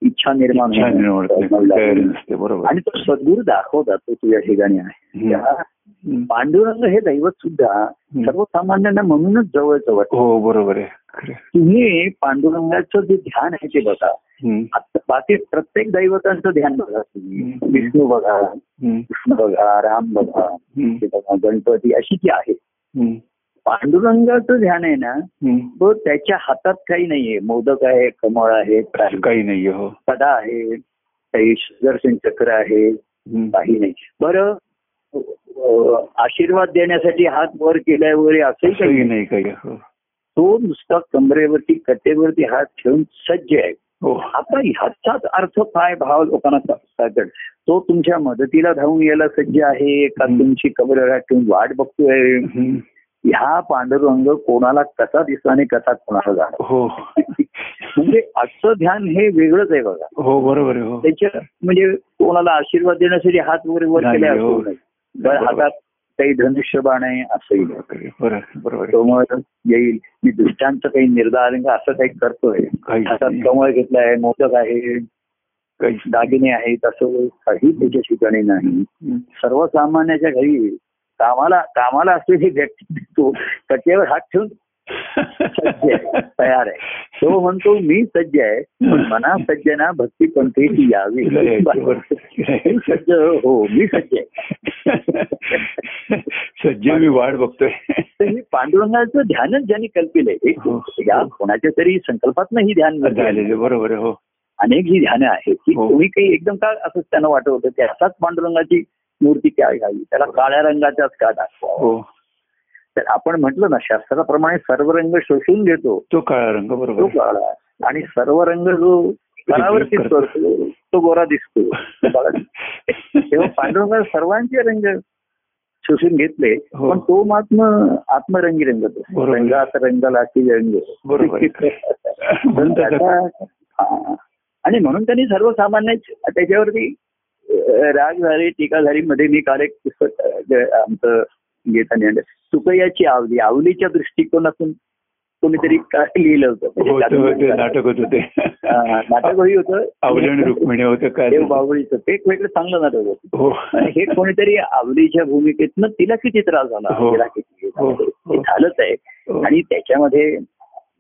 इच्छा निर्माण
छान
होणं,
निवडते तयारी
निर्माण
नसते बरोबर
आणि तो सद्गुरू दाखवतात तो तुझ्या ठिकाणी आहे
हम्म.
त्या
हम्म.
पांडुरंग हे दैवत सुद्धा सर्वसामान्यांना म्हणूनच जवळचं वाटतं
हो बरोबर आहे खरं आहे.
तुम्ही पांडुरंगाचं जे ध्यान आहे ते बघा
हम्म.
आता बाकी प्रत्येक दैवतांचं ध्यान बघा तुम्ही
हम्म.
विष्णू बघा
हम्म.
कृष्ण बघा राम बघा
हम्म.
हे बघा गणपती अशी जी आहे
हम्म.
पांडुरंगाचं ध्यान आहे ना
हम्म.
तो त्याच्या हातात काही नाहीये मोदक आहे कमळ आहे
असं काही नाहीये हो
कदा आहे काही सुदर्शन चक्र आहे
हम्म.
काही नाही बरं अं, आशीर्वाद देण्यासाठी हात वर केलाय वगैरे असंही काही
असंही
नाही.
नाही काही हो
तो नुसता कमरेवरती कटेवरती हात ठेवून सज्ज आहे
हो
आता ह्याचाच अर्थ काय भाव लोकांना सांगतात तो तुमच्या मदतीला धावून यायला सज्ज आहे का
हं.
तुमची कबर ठेवून वाट बघतोय
हम्म.
ह्या पांडुरंग कोणाला कसा दिसला आणि कसा कोणाला जाणार
हो
म्हणजे आजचं ध्यान हे वेगळंच आहे बघा
हो बरोबर आहे हो
त्याच्या म्हणजे कोणाला आशीर्वाद देण्यासाठी हात वगैरे वर
नाही,
केले
हो.
असं नाही तर हातात काही धनुष्यबाण आहे असंही नाही.
बरोबर आहे, बरोबर आहे, बरोबर आहे.
कमळ येईल मी दृष्टांत काही निर्धारण असं काही करतोय
काही
हातात
नाही.
कमळ घेतलाय मोदक आहे
काहीच
दागिने आहेत असं काही त्याच्या ठिकाणी नाही
हं.
सर्वसामान्याच्या घरी कामाला कामाला असलेली व्यक्ती तो कट्यावर हात ठेवून सज्ज आहे तयार आहे तो म्हणतो मी सज्ज आहे पण मना सज्जना भक्ती पंथेची यावी
तुला यायचं बरं.
सज्ज हो मी सज्ज आहे
सज्ज मी वाट बघतोय
तर हे पांडुरंगाचं ध्यानच ज्यांनी कल्पिलंय हे
हो.
या कोणाच्या तरी संकल्पात ही ध्यान मिळालेलं
झालेलं बरोबर आहे, हो
अनेक ही ध्यानं आहेत की
हो.
तुम्ही काही एकदम का असं त्यांना वाटत होतं की असाच पांडुरंगाची मूर्ती काय घ्यावी त्याला काळ्या रंगाचाच का दाखवा
हो
तर आपण म्हटलं ना शास्त्राप्रमाणे सर्व रंग शोषून घेतो
तो काळा रंग
तो
बरोबर
काळा आणि सर्व रंग जो परावर्तित
करतो.
करतो तो गोरा दिसतो तो काळा दिसतो. तेव्हा
आहे.
पांडुरंग सर्वांचे रंग शोषून घेतले
हो.
पण तो महात्म आत्मरंगी रंगत असतो.
बरोबर.
रंगात रंगाला की रंग
बरोबर.
पण
म्हणतात
त्याचा- हा. आणि म्हणून त्यांनी सर्वसामान्य त्याच्यावरती अ, राग झाले टीका झाली मध्ये मी काल एक पुस्तक अ, जे आमचं घेताना आणलं. सुकयाची आवली आवलीच्या दृष्टिकोनातून कोणीतरी काय लिहिलं होतं म्हणजे
हो, तो- ते हो. नाटक होत होते
हा, नाटकही होतं
आवली आणि रुक्मिणी होते काय
हाँ, देव बावळीचं ते एक वेगळं चांगलं नाटक होतं
हो
आणि हे कोणीतरी आवडीच्या भूमिकेतनं तिला किती त्रास झाला
हो.
तिला किती हे
हो.
झालं. हे झालंच आहे
हो.
आणि त्याच्यामध्ये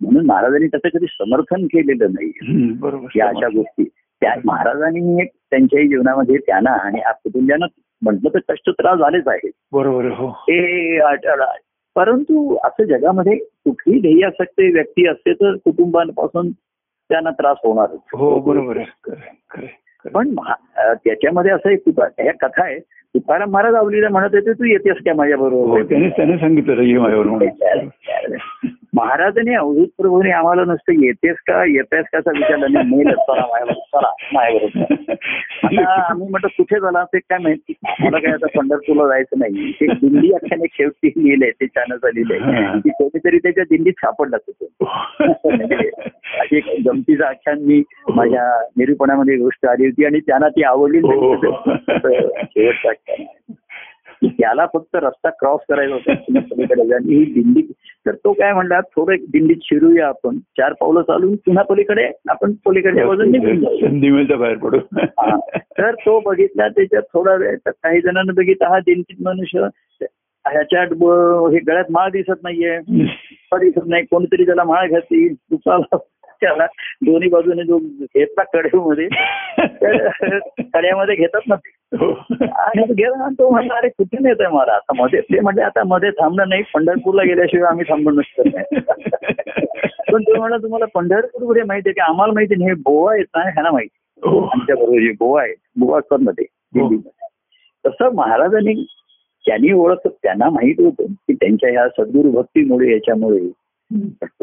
म्हणून महाराजांनी त्याचं कधी समर्थन केलेलं नाही
हं, बरोबर
या अशा गोष्टी त्या महाराजांनी एक त्यांच्याही जीवनामध्ये त्यांना आणि आप- कुटुंबियांना म्हटलं तर कष्ट त्रास झालेच आहेत
बरोबर आहे, हो
हे आठ- आठ- परंतु असं जगामध्ये कुठली ध्येयासक्त व्यक्ती असते तर कुटुंबांपासून त्यांना त्रास होणारच
हो बरोबर आहे खरं आहे, खरं आहे, खरं
पण महा- अं, त्याच्यामध्ये असं एक तुका ह्या कथा आहे तुकाराम महाराज आवलीला म्हणत होते तू येतेस काय माझ्या
आहे. हो
बरोबर
त्याने त्याने सांगितलं होतं, ये माझ्यावर म्हणून
महाराजांनी अवधूत प्रभूने आम्हाला नुसतं येतेस का येतेस का असा विचारला नाही मेल चला माझ्याबरोबर चला माझ्याबरोबर आता आम्ही म्हटलं कुठे झाला ते काय माहिती मला काय आता पंढरपूरला जायचं नाही ते दिंडी अख्याने शेवटी लिहिलंय ते चानच लिहिलंय की कोणीतरी त्याच्या दिंडीत सापडला तिथे म्हणजे अशी एक गमतीचं आख्यान मी माझ्या निरूपणामध्ये गोष्ट आली होती आणि त्यांना ती आवडली नाही.
हो.
तर शेवटचं आख्यान आहे. की त्याला फक्त रस्ता क्रॉस करायचा होता पुन्हा पलीकडे जा. आणि ही दिंडी तर तो काय म्हणला थोडं एक दिंडीत शिरूया आपण चार पावलं चालून पुन्हा पलीकडे आपण पलीकडच्या बाजून निघून जाऊ
संधी मिळता बाहेर पडू
हा. तर तो बघितला त्याच्यात थोडा वेळ तर काही जणांना बघितला हा दिंडीत मनुष्य ह्याच्या ब- हे गळ्यात माळ दिसत नाहीये माळ दिसत नाही कोणीतरी त्याला माळ घातील तुपाला त्याला दोन्ही बाजूने जो घेतला कडेमध्ये तर कड्यामध्ये घेतात ना ते.
हो.
आणि तो गेला आणि तो म्हणला अरे कुठे नेत आहे मला आता मध्ये ते म्हणजे आता मध्ये थांबणं नाही पंढरपूरला गेल्याशिवाय आम्ही थांबू नसतो पण
हो.
तो म्हणला तुम्हाला पंढरपूर कुठे माहिती आहे की आम्हाला माहिती नाही हे गोवा येत नाही ह्याला माहिती
हो.
आमच्या बरोबर जे गोवा आहे गोवाकडमध्ये दिल्लीमध्ये तसं महाराजांनी त्यांनी ओळख त्यांना माहित होतं की त्यांच्या ह्या सद्गुरु भक्तीमुळे याच्यामुळे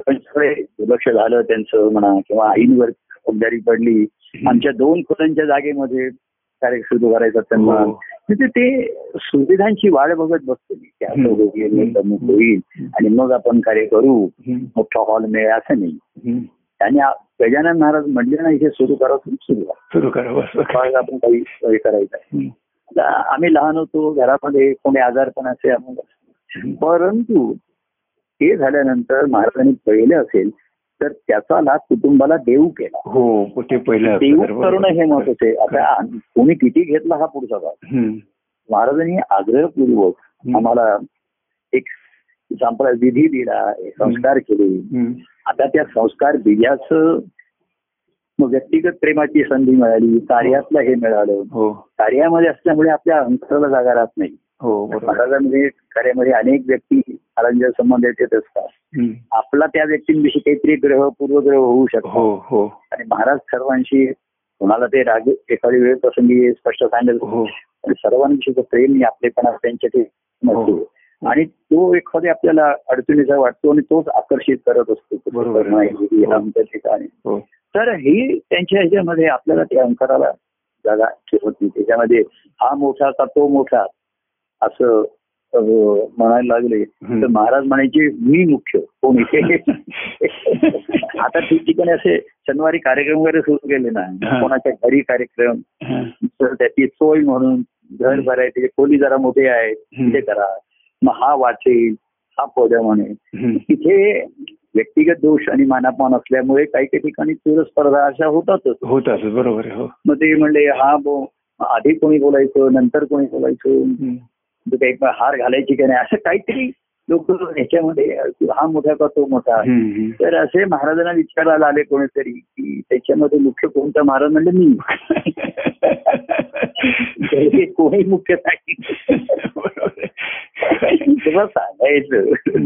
पण सगळे दुर्लक्ष झालं त्यांचं म्हणा किंवा आईंवर जबाबदारी पडली आमच्या दोन खोल्यांच्या जागेमध्ये कार्य सुरू करायचा त्यांना
हो.
म्हणजे ते सुविधांची वाढ बघत बसतो मी की असं होईल तसं होईल आणि मग आपण कार्य करू
हं,
मोठा हॉल मिळेल असं नाही
हं.
त्यांनी आ- गजानन महाराज म्हणले ना हे सुरू करा सुरू करा
सुरू करा बस
बाळ आपण काही सोय करायचं आहे.
हं.
आता आम्ही लहान होतो घरामध्ये कोणी आजारपण असे आम्हाला परंतु हे झाल्यानंतर महाराजांनी पहिले असेल तर त्याचा लाभ कुटुंबाला देऊ केला
हो ते पहिलं
देऊ करणं हे महत्वाचं आहे आता आम्ही- कोणी किती घेतला हा पुढचा भाग
हं.
महाराजांनी आग्रहपूर्वक आम्हाला एक संप्रा विधी दिला संस्कार केले
हं.
आता त्या संस्कार दिल्याचं मग व्यक्तिगत प्रेमाची संधी मिळाली कार्यातलं हे मिळालं
हो
कार्यामध्ये असल्यामुळे आपल्या अंतराला जागा राहत नाही
हो बरोबर
महाराजांमध्ये कार्यामध्ये अनेक व्यक्ती महाराजांच्या संबंध येत असतात
हं.
आपला त्या व्यक्तींविषयी काहीतरी ग्रह पूर्वग्रह होऊ शकतो
हो हो
आणि महाराज सर्वांशी कोणाला ते राग एखादी वेळ प्रसंगी स्पष्ट सांगेल
हो
आणि सर्वांविषयीचं प्रेम आणि आपलेपणा त्यांच्याकडे
हो.
नसतो आणि तो एखाद्या आपल्याला अडचणीचा वाटतो आणि तोच आकर्षित करत असतो तो
बरोबर.
धर्म आहे, हे
हो.
आमच्या ठिकाणी
हो
तर ही त्यांच्या ह्याच्यामध्ये आपल्याला त्या अंकाराला जागा ठेवत नाही त्याच्यामध्ये हा मोठा का तो मोठा असं अ, म्हणायला लागले
हं.
तर महाराज म्हणायचे मी मुख्य कोण इथे आता ठिकठिकाणी असे शनिवारी कार्यक्रम वगैरे सुरू केले ना
हा.
कोणाच्या घरी कार्यक्रम
हं.
तर त्याची सोय म्हणून घर भरायचे खोली जरा मोठे आहेत
हं.
ते करा मग हा वाचेल हा पोद्या म्हणे
हं.
तिथे व्यक्तिगत दोष आणि मानापमान असल्यामुळे काही काही ठिकाणी चोर स्पर्धा अशा होतातच
होत असत बरोबर आहे, हो
मग ते म्हणले हा बो- आधी कोणी बोलायचं नंतर कोणी बोलायचं
हम्म.
म्हणजे काही हार घालायची की नाही असं काहीतरी लोक ह्याच्यामध्ये हा मोठा का तो मोठा
हम्म, हम्म.
तर असे महाराजांना विचारायला आले कोणीतरी की त्याच्यामध्ये मुख्य कोणता महाराज म्हणलं मी कोणी मुख्य नाही
बरोबर आहे.
तेव्हा सांगायचं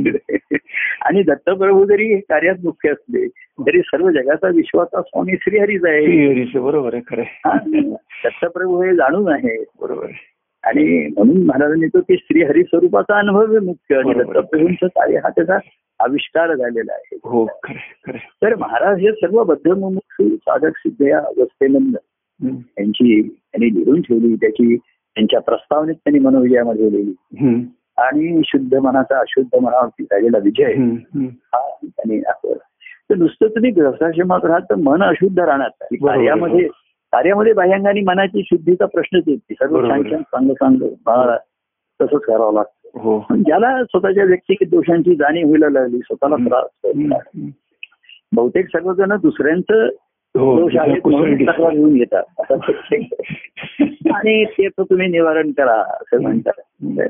आणि दत्तप्रभू जरी कार्यात मुख्य असले तरी सर्व जगाचा विश्वाचा स्वामी श्रीहरीच आहे
थिअरीचं बरोबर आहे खरं आहे.
आणि दत्तप्रभू हे जाणून आहे
बरोबर आहे
आणि म्हणून महाराजांनी तो की श्री हरी स्वरूपाचा अनुभव आहे मुख्य आणि
बरोबर.
दत्तप्रभूंचं कार्य हा त्याचा आविष्कार झालेला आहे
हो खरं आहे, खरं आहे.
तर महाराज हे सर्व बद्धमुख साधक सिद्ध या अवस्थेमधनं
हम्म.
त्यांची त्यांनी लिहून ठेवली त्याची त्यांच्या प्रस्तावनेत त्यांनी मनोविजयामध्ये लिहिली
हम्म.
आणि शुद्ध मनाचा अशुद्ध मनावरती झालेला विजय
हम्म, हम्म.
हा त्यांनी दाखवला तर नुसतं तुम्ही ग्रहाश्रमात राहत तर मन अशुद्ध राहणार नाही.
बरोबर.
कार्यामध्ये कार्यामध्ये बाह्यांगाने मनाची शुद्धीचा प्रश्नच येत नाही. सर्व
बरोबर.
छान छान चांगलं चांगलं मला तसंच करावं लागतं
हो
पण ज्याला स्वतःच्या व्यक्तिगत दोषांची जाणीव व्हायला लागली स्वतःला
हम्म.
त्रास व्हायला
हम्म,
लागला.
हम्म.
बहुतेक सर्वजण दुसऱ्यांचं
हो
दोष
दुसरा
आहेत म्हणून
कुसळडी.
तक्रार घेऊन येतात असं प्रत्येक- आणि त्याचं तुम्ही निवारण करा असं म्हणतात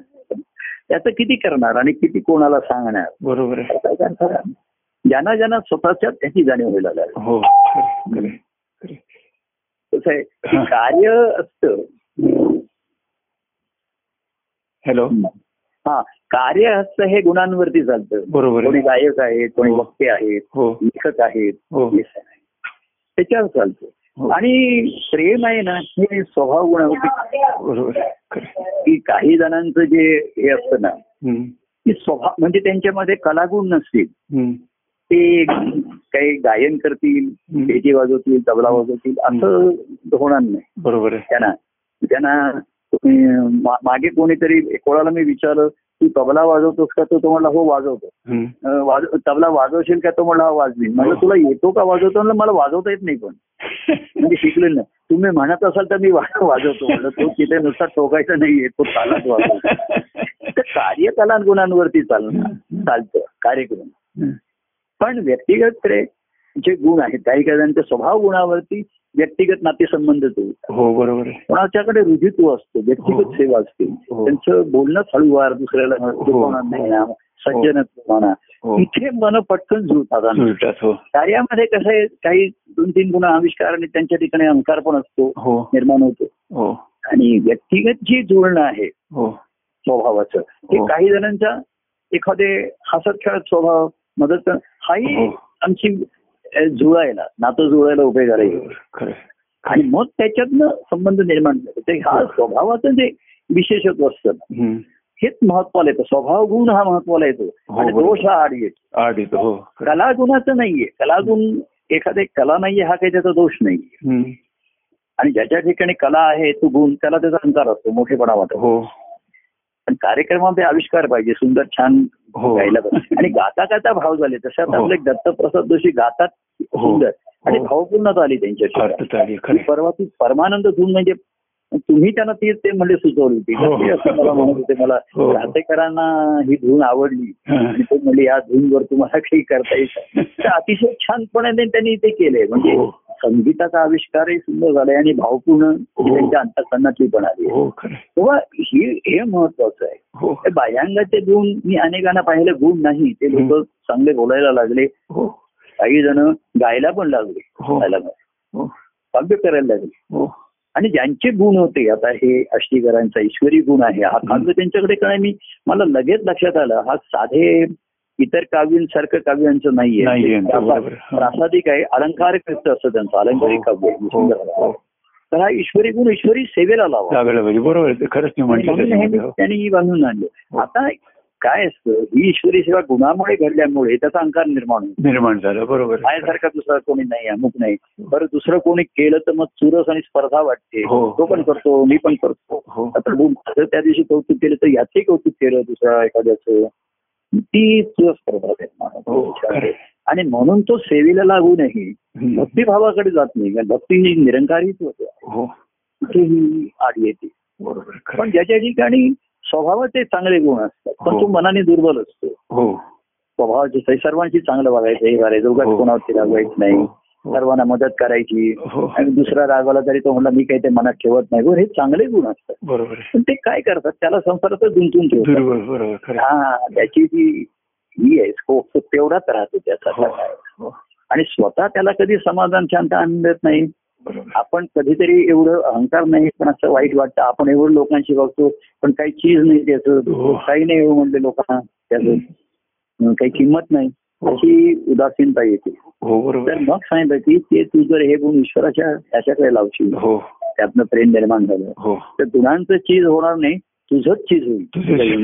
त्याचं किती करणार आणि किती कोणाला सांगणार
बरोबर आहे
आता काय करणार? ज्यांना ज्यांना स्वतःच्या त्याची जाणीव व्हायला लागली
हो खरं आहे, खरं आहे, खरं आहे.
कसं आहे की
हा.
कार्य असतं
हॅलो
हा कार्य असतं हे गुणांवरती चालतं
बरोबर
कोणी
आहे
गायक आहेत कोणी
हो.
वक्ते आहेत
हो
लेखक आहेत
हो
लेखक आहेत. त्याच्यावर चालतं
हो.
आणि प्रेम आहे ना हे स्वभाव गुणावरती
बरोबर आहे, खरं आहे.
की काही जणांचं जे हे असतं ना
हम्म,
की स्वभाव म्हणजे त्यांच्यामध्ये कलागुण नसतील
हम्म,
ते काही गायन करतील
हं.
पेटी वाजवतील तबला वाजवतील असं होणार नाही
बरोबर आहे
त्यांना त्यांना तुम्ही मा- मागे कोणीतरी कोणाला मी विचारलं तू तबला वाजवतोस का तो तो म्हणला हो वाजवतो
हम्म,
अं, वाज- तबला वाजवशील का तो म्हणला "हो, वाजवीन म्हणलं तुला येतो का वाजवतो म्हणलं मला वाजवता येत नाही पण म्हणजे शिकलेलं नाही तुम्ही म्हणत असाल तर मी वा- वाजवतो म्हणलं तो तिथे नुसता ठोकायचा नाहीये तो चालत वाजवतो तर कार्यकला गुणांवरती चालणार चालतं कार्यक्रम
हम्म,
पण व्यक्तिगत प्रे जे गुण आहेत काही काही जणांच्या स्वभाव गुणावरती व्यक्तिगत नातेसंबंध तो
हो बरोबर आहे
कोणाच्याकडे रुजित्व असतो
हो.
व्यक्तिगत सेवा असते
हो.
त्यांचं बोलणं हळूवार दुसऱ्याला दुखावणार नाही ना सज्जनत्व म्हणा
हो
इथे मन पटकन जुळतात आणि
सुरटात, हो
कार्यामध्ये कसं आहे काही दोन तीन गुण आविष्कार आणि त्यांच्या ठिकाणी अंकार पण असतो
हो
निर्माण होतो
हो
आणि व्यक्तिगत जी जुळणं आहे
हो
स्वभावाचं
हो.
हे काही जणांचा एखादे हसत खेळत स्वभाव मदत करणं, हाही
हो.
आमची अ, जुळायला नातं जुळायला उभे करायला
बरोबर, खरं आहे.
आणि मग त्याच्यातनं संबंध निर्माण झाले ते हा स्वभावाचं जे विशेषत्व असतं ना,
हम्म,
हेच महत्वाला येतं स्वभाव गुण हा महत्वाला येतो आणि
हो, बरोबर.
दोष हा आड येतो
आड येतो हो खरं आहे.
कलागुणाचं नाहीये कलागुण एखादे कला नाहीये हा काही त्याचा दोष नाहीये
हम्म,
आणि ज्याच्या ठिकाणी कला आहे तो गुण त्याला त्याचा अंकार असतो मोठेपणा वाटतो
हो
पण कार्यक्रमामध्ये आविष्कार पाहिजे सुंदर छान
हो
गायला पाहिजे आणि गाता गाता भाव झाले तसे आता
हो.
आपले दत्तप्रसाद जोशी गातात सुंदर आणि
हो.
भावपूर्णता आली त्यांच्या
अर्थात आली खरं आहे.
परवा ती परमानंद धून म्हणजे तुम्ही त्यांना ती ते म्हणजे सुचवली होती
हो.
ते असं मला म्हणत होते मला
हो.
राहतेकरांना ही धून आवडली
हा.
आणि ते म्हणले या धूनवर तुम्हाला काही करता येईल का?" तर अतिशय छानपणाने त्यांनी ते केले म्हणजे
हो.
संगीताचा आविष्कारही सुंदर झालाय आणि भावपूर्ण ती
हो.
त्यांच्या अंतकरणातली पण आली
हो खरं आहे.
तेव्हा ही हे महत्वाचं आहे
हो
हे बाह्यांगाचे गुण मी अनेकांना पाहिले गुण नाही ते
हम्म.
लोक चांगले बोलायला लागले
हो
काही जण गायला पण लागले
हो.
गायला लागले.
हो
काव्य करायला लागले
हो
आणि ज्यांचे गुण होते आता हे आष्टीकरांचा ईश्वरी गुण आहे हा काव्य त्यांच्याकडे काय मी मला लगेच लक्षात आलं हा साधे इतर काव्यांसारखं काव्यांचं
नाहीये,
नाहीये ते
बरोबर. हा.
प्रासादिक आहे अलंकार असतं त्यांचं अलंकारिक
हो,
काव्य
हो,
सुंदर
हो.
आहे. तर हा ईश्वरी गुण ईश्वरी सेवेला लावा
लागायला पाहिजे बरोबर आहे. ते खरंच मी
आणि
म्हटलं
म्हणून हे
त्याच्यामध्ये,
मी-
हो.
त्यांनी बांधून आणलं आता काय असतं ही ईश्वरी सेवा गुणामुळे घडल्यामुळे त्याचा अंकार निर्माण होतो
निर्माण झालं बरोबर हो. आहे.
माझ्यासारखा दुसरा कोणी नाही अमुक नाही बरं दुसरं कोणी केलं तर मग चुरस आणि स्पर्धा वाटते
हो.
तो पण करतो मी पण करतो
हो
आता गुण- आता त्या दिवशी कौतुक केलं तर याचही कौतुक केलं दुसऱ्या एखाद्याचं ती चुरस स्पर्धा निर्माण
हो खरं
होते.
आहे.
आणि म्हणून तो सेवेला लागू नाही
हम्म.
भक्तिभावाकडे जात नाही कारण भक्ती ही निरंकारीच होते
हो
कुठेही आड येते
बरोबर आहे. खरं
पण
आहे.
ज्याच्या ठिकाणी स्वभावाचे चांगले गुण असतात पण
हो.
तो मनाने दुर्बल असतो
हो
स्वभावाची सही सर्वांशी चांगलं वागायचं हे करायचं उगाच
हो.
कोणावरती रागवायचं नाही
हो.
सर्वांना मदत करायची
हो.
आणि दुसरा रागवला तरी तो म्हणला मी काही ते मनात ठेवत नाही बरं हे चांगले गुण असतात
बरोबर आहे.
पण ते काय करतात त्याला संसारातच गुंतून ठेवतात
दुर्बल बरोबर खरं आहे.
हा त्याची जी ही आहे स्कोप तेवढाच राहतो त्याचा
हो.
सगळा. आणि स्वतः त्याला कधी समाधान शांत आणत नाही
बरोबर
आपण कधीतरी एवढं अहंकार नाही पण असं वाईट वाटतं आपण एवढं लोकांशी बघतो पण काही चीज नाही
हो.
त्याचं काही नाही हो म्हणले लोकांना त्याचं अं, काही किंमत नाही
हो.
अशी उदासीनता येते
हो
तर
बरोबर
मग सांगितलं की ते तू जर हे गुण ईश्वराच्या त्याच्याकडे लावशील
हो
त्यातनं प्रेम निर्माण झालं
हो
तर गुणांचं चीज होणार नाही तुझंच चीज होईल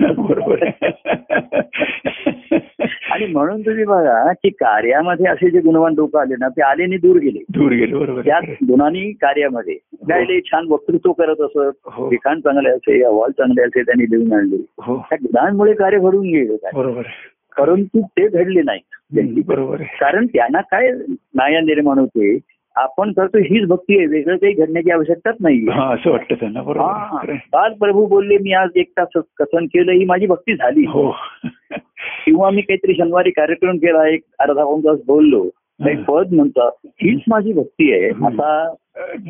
तुझं बरोबर आहे.
आणि म्हणून तुम्ही बघा की कार्यामध्ये असे जे गुणवान लोक आले ना ते आले आणि दूर गेले
दूर गेलो बरोबर
त्या
आहे.
गुणांनी कार्यामध्ये काय लय छान वक्तृत्व करत असत
हो.
लिखाण चांगले असे अहवाल चांगले असे त्यांनी लिहून आणले
हो
त्या गुणांमुळे कार्य घडून गेले काय
बरोबर आहे.
परंतु ते घडले नाही
बरोबर आहे
कारण त्यांना काय माया निर्माण होते आपण करतो हीच भक्ती आहे वेगळं काही घडण्याची आवश्यकताच नाहीये
हा असं वाटतं त्यांना बरोबर आहे.
हा.
खरं आहे.
काल प्रभू बोलले मी आज एक तास कथन केलं ही माझी भक्ती झाली
हो
किंवा मी काहीतरी शनिवारी कार्यक्रम केला एक अर्धा पाऊन तास बोललो काही पद म्हणतात हीच माझी भक्ती आहे आता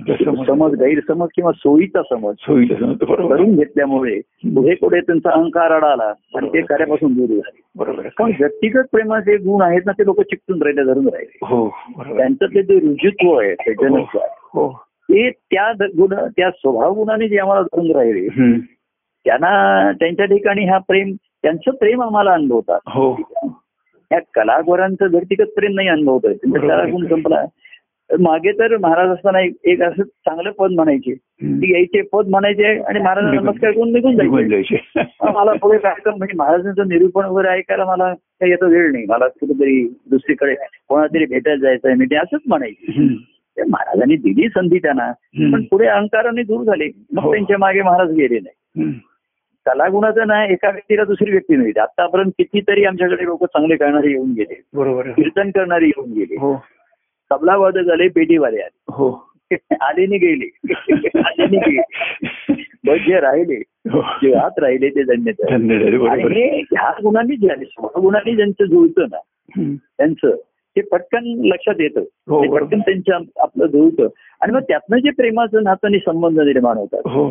जसं
समज गैरसमज किंवा सोयीचा समज
होईल तसं नव्हतं. बरोबर
करून घेतल्यामुळे पुढे पुढे त्यांचा अहंकार अडाला आणि ते कार्यापासून दूर झाले
बरोबर आहे.
पण व्यक्तिगत प्रेमाचे गुण आहेत ना ते लोक चिकटून राहिले धरून राहिले
हो बरोबर आहे.
त्यांचं ते जे रुजुत्व आहे ते जनत्व आहे,
हो
ते त्या द- गुण त्या स्वभाव गुणाने जे आम्हाला धरून राहिले
हम्म.
त्यांना त्यांच्या ठिकाणी हा प्रेम त्यांचं प्रेम आम्हाला अनुभवतात
हो
या कलाकारांचं व्यक्तिगत प्रेम नाही अनुभवत आहे त्यांचा
बरोबर.
कलागुण संपला मागे तर महाराज असताना एक- एक असं चांगलं पद म्हणायचे
हम्म.
ती यायचे पद म्हणायचे आणि महाराज
निघून
नमस्कार करून निघून
निघून
जायचे
जायचे
मला पुढे कार्यक्रम म्हणजे महाराजांचं निरूपण वगैरे ऐकायला मला काही येतो वेळ नाही मला कुठेतरी दुसरीकडे कोणातरी भेटायला जायचं आहे मी ते असंच म्हणायचे
हम्म.
ते महाराजांनी दिली संधी त्यांना
हम्म.
पण पुढे अहंकाराने दूर झाले मग
हो.
त्यांच्या मागे महाराज गेले नाही
हम्म.
कलागुणाचं ना एका व्यक्तीला दुसरी व्यक्ती मिळते आतापर्यंत कितीतरी आमच्याकडे लोक चांगले करणारे येऊन गेले
बरोबर आहे.
कीर्तन करणारे येऊन गेले
हो
तबलावादक आले पेटीवाले आले
हो
आलेने गेले आलेने गेले पण जे राहिले
हो.
जे आत राहिले ते धन्य झाले.
धन्य झाले
आणि
बरोबर आहे.
हे ह्या गुणांनी जे आले स्वतः गुणांनी ज्यांचं जुळतं ना
हम्म.
त्यांचं ते पटकन लक्षात येतं
हो,
ते
बरोबर.
पटकन त्यांच्या आपलं जुळतं आणि मग त्यातनं जे प्रेमाचं नातं आणि संबंध निर्माण होतात
हो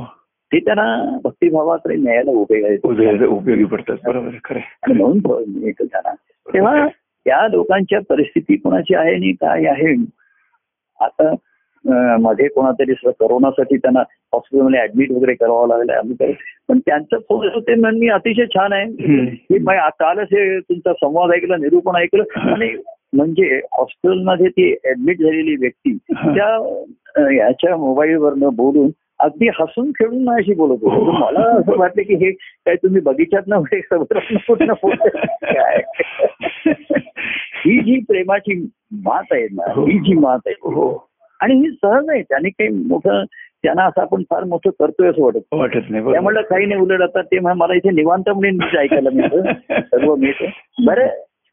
ते त्यांना भक्तिभावाकडे न्यायला उभे आहेत
उपयोगी उपयोगी पडतात बरोबर आहे. खरं आहे.
आणि म्हणून भाव मी एक झाला. तेव्हा त्या लोकांच्या परिस्थिती कोणाची आहे आणि काय आहे आता अं, मध्ये कोणातरी स- कोरोनासाठी त्यांना हॉस्पिटलमध्ये ऍडमिट वगैरे करावं लागलं आम्ही काय पण त्यांचं फोन होते म्हणून मी अतिशय छान आहे
हम्म.
की मै- आ- कालच हे तुमचा संवाद ऐकला निरूपण ऐकलं आणि म्हणजे हॉस्पिटलमध्ये ती ऍडमिट झालेली व्यक्ती त्या अं, ह्याच्या मोबाईलवरनं बोलून अगदी हसून खेळून माझ्याशी बोलत होती तर मला असं वाटलं की हे काय तुम्ही बगीच्यात ना कुठं काय ही जी प्रेमाची मात आहे ना ही जी मात आहे
हो
आणि ही सहज आहे त्याने काही मोठं त्यांना असं आपण फार मोठं करतोय असं वाटत
वाटत नाही
त्या
बरोबर
म्हणलं काही नाही उलट आता ते म्हणे, मला इथे निवांतपणे नीट ऐकायला मिळतं सर्व मिळतं बरं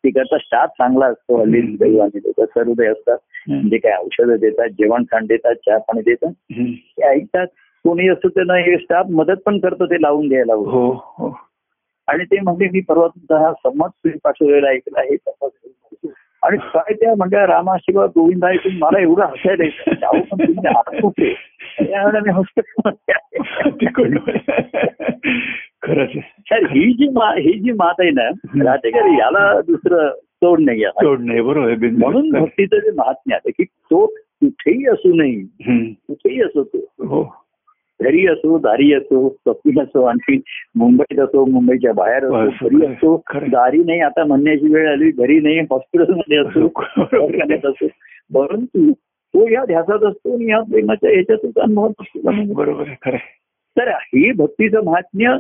तिकडचा स्टाफ चांगला असतो हल्ली दैवाने लोक सर्वदय असतात
हम्म.
म्हणजे काय औषधं देतात जेवण खाण देतात चहा पाणी देतात
हम्म.
ते ऐकतात कोणी असतं त्यांना हे स्टाफ मदत पण करतो ते लावून द्यायला वगैरे.
हो हो
आणि ते म्हणजे मी परवा तुमचा हा संमत तुम्ही पाठवलेला ऐकला आहे संवाद ऐकला. आणि काय त्या म्हणजे रामाशिवा गोविंद आहे तुम्ही मला एवढं हसायला येतं. जाऊ पण तुम्ही आहात कुठे? त्यावेळेला मी हसतो
तिकडून खरंच आहे.
तर ही जी मा- ही जी मात आहे ना राहते का रे? याला दुसरं तोड नाही आहे.
तोड नाही बरोबर आहे. बिनधास्त.
म्हणून भक्तीचं जे महात्म्य आहे की तो कुठेही असू नये
हम्म.
कुठेही असो तो
हो
घरी असो दारी असो स्वप्नी असो आणखी मुंबईत असो मुंबईच्या बाहेर असो
असो,
घरी असो
खरं.
दारी नाही आता म्हणण्याची वेळ आली घरी नाही हॉस्पिटलमध्ये असो
बरोबर.
दवाखान्यात असो परंतु तो या ध्यासात असतो आणि या प्रेमाच्या ह्याच्यात अनुभवत असतो
बरोबर आहे खरं आहे.
तर हे भक्तीचं महात्म्य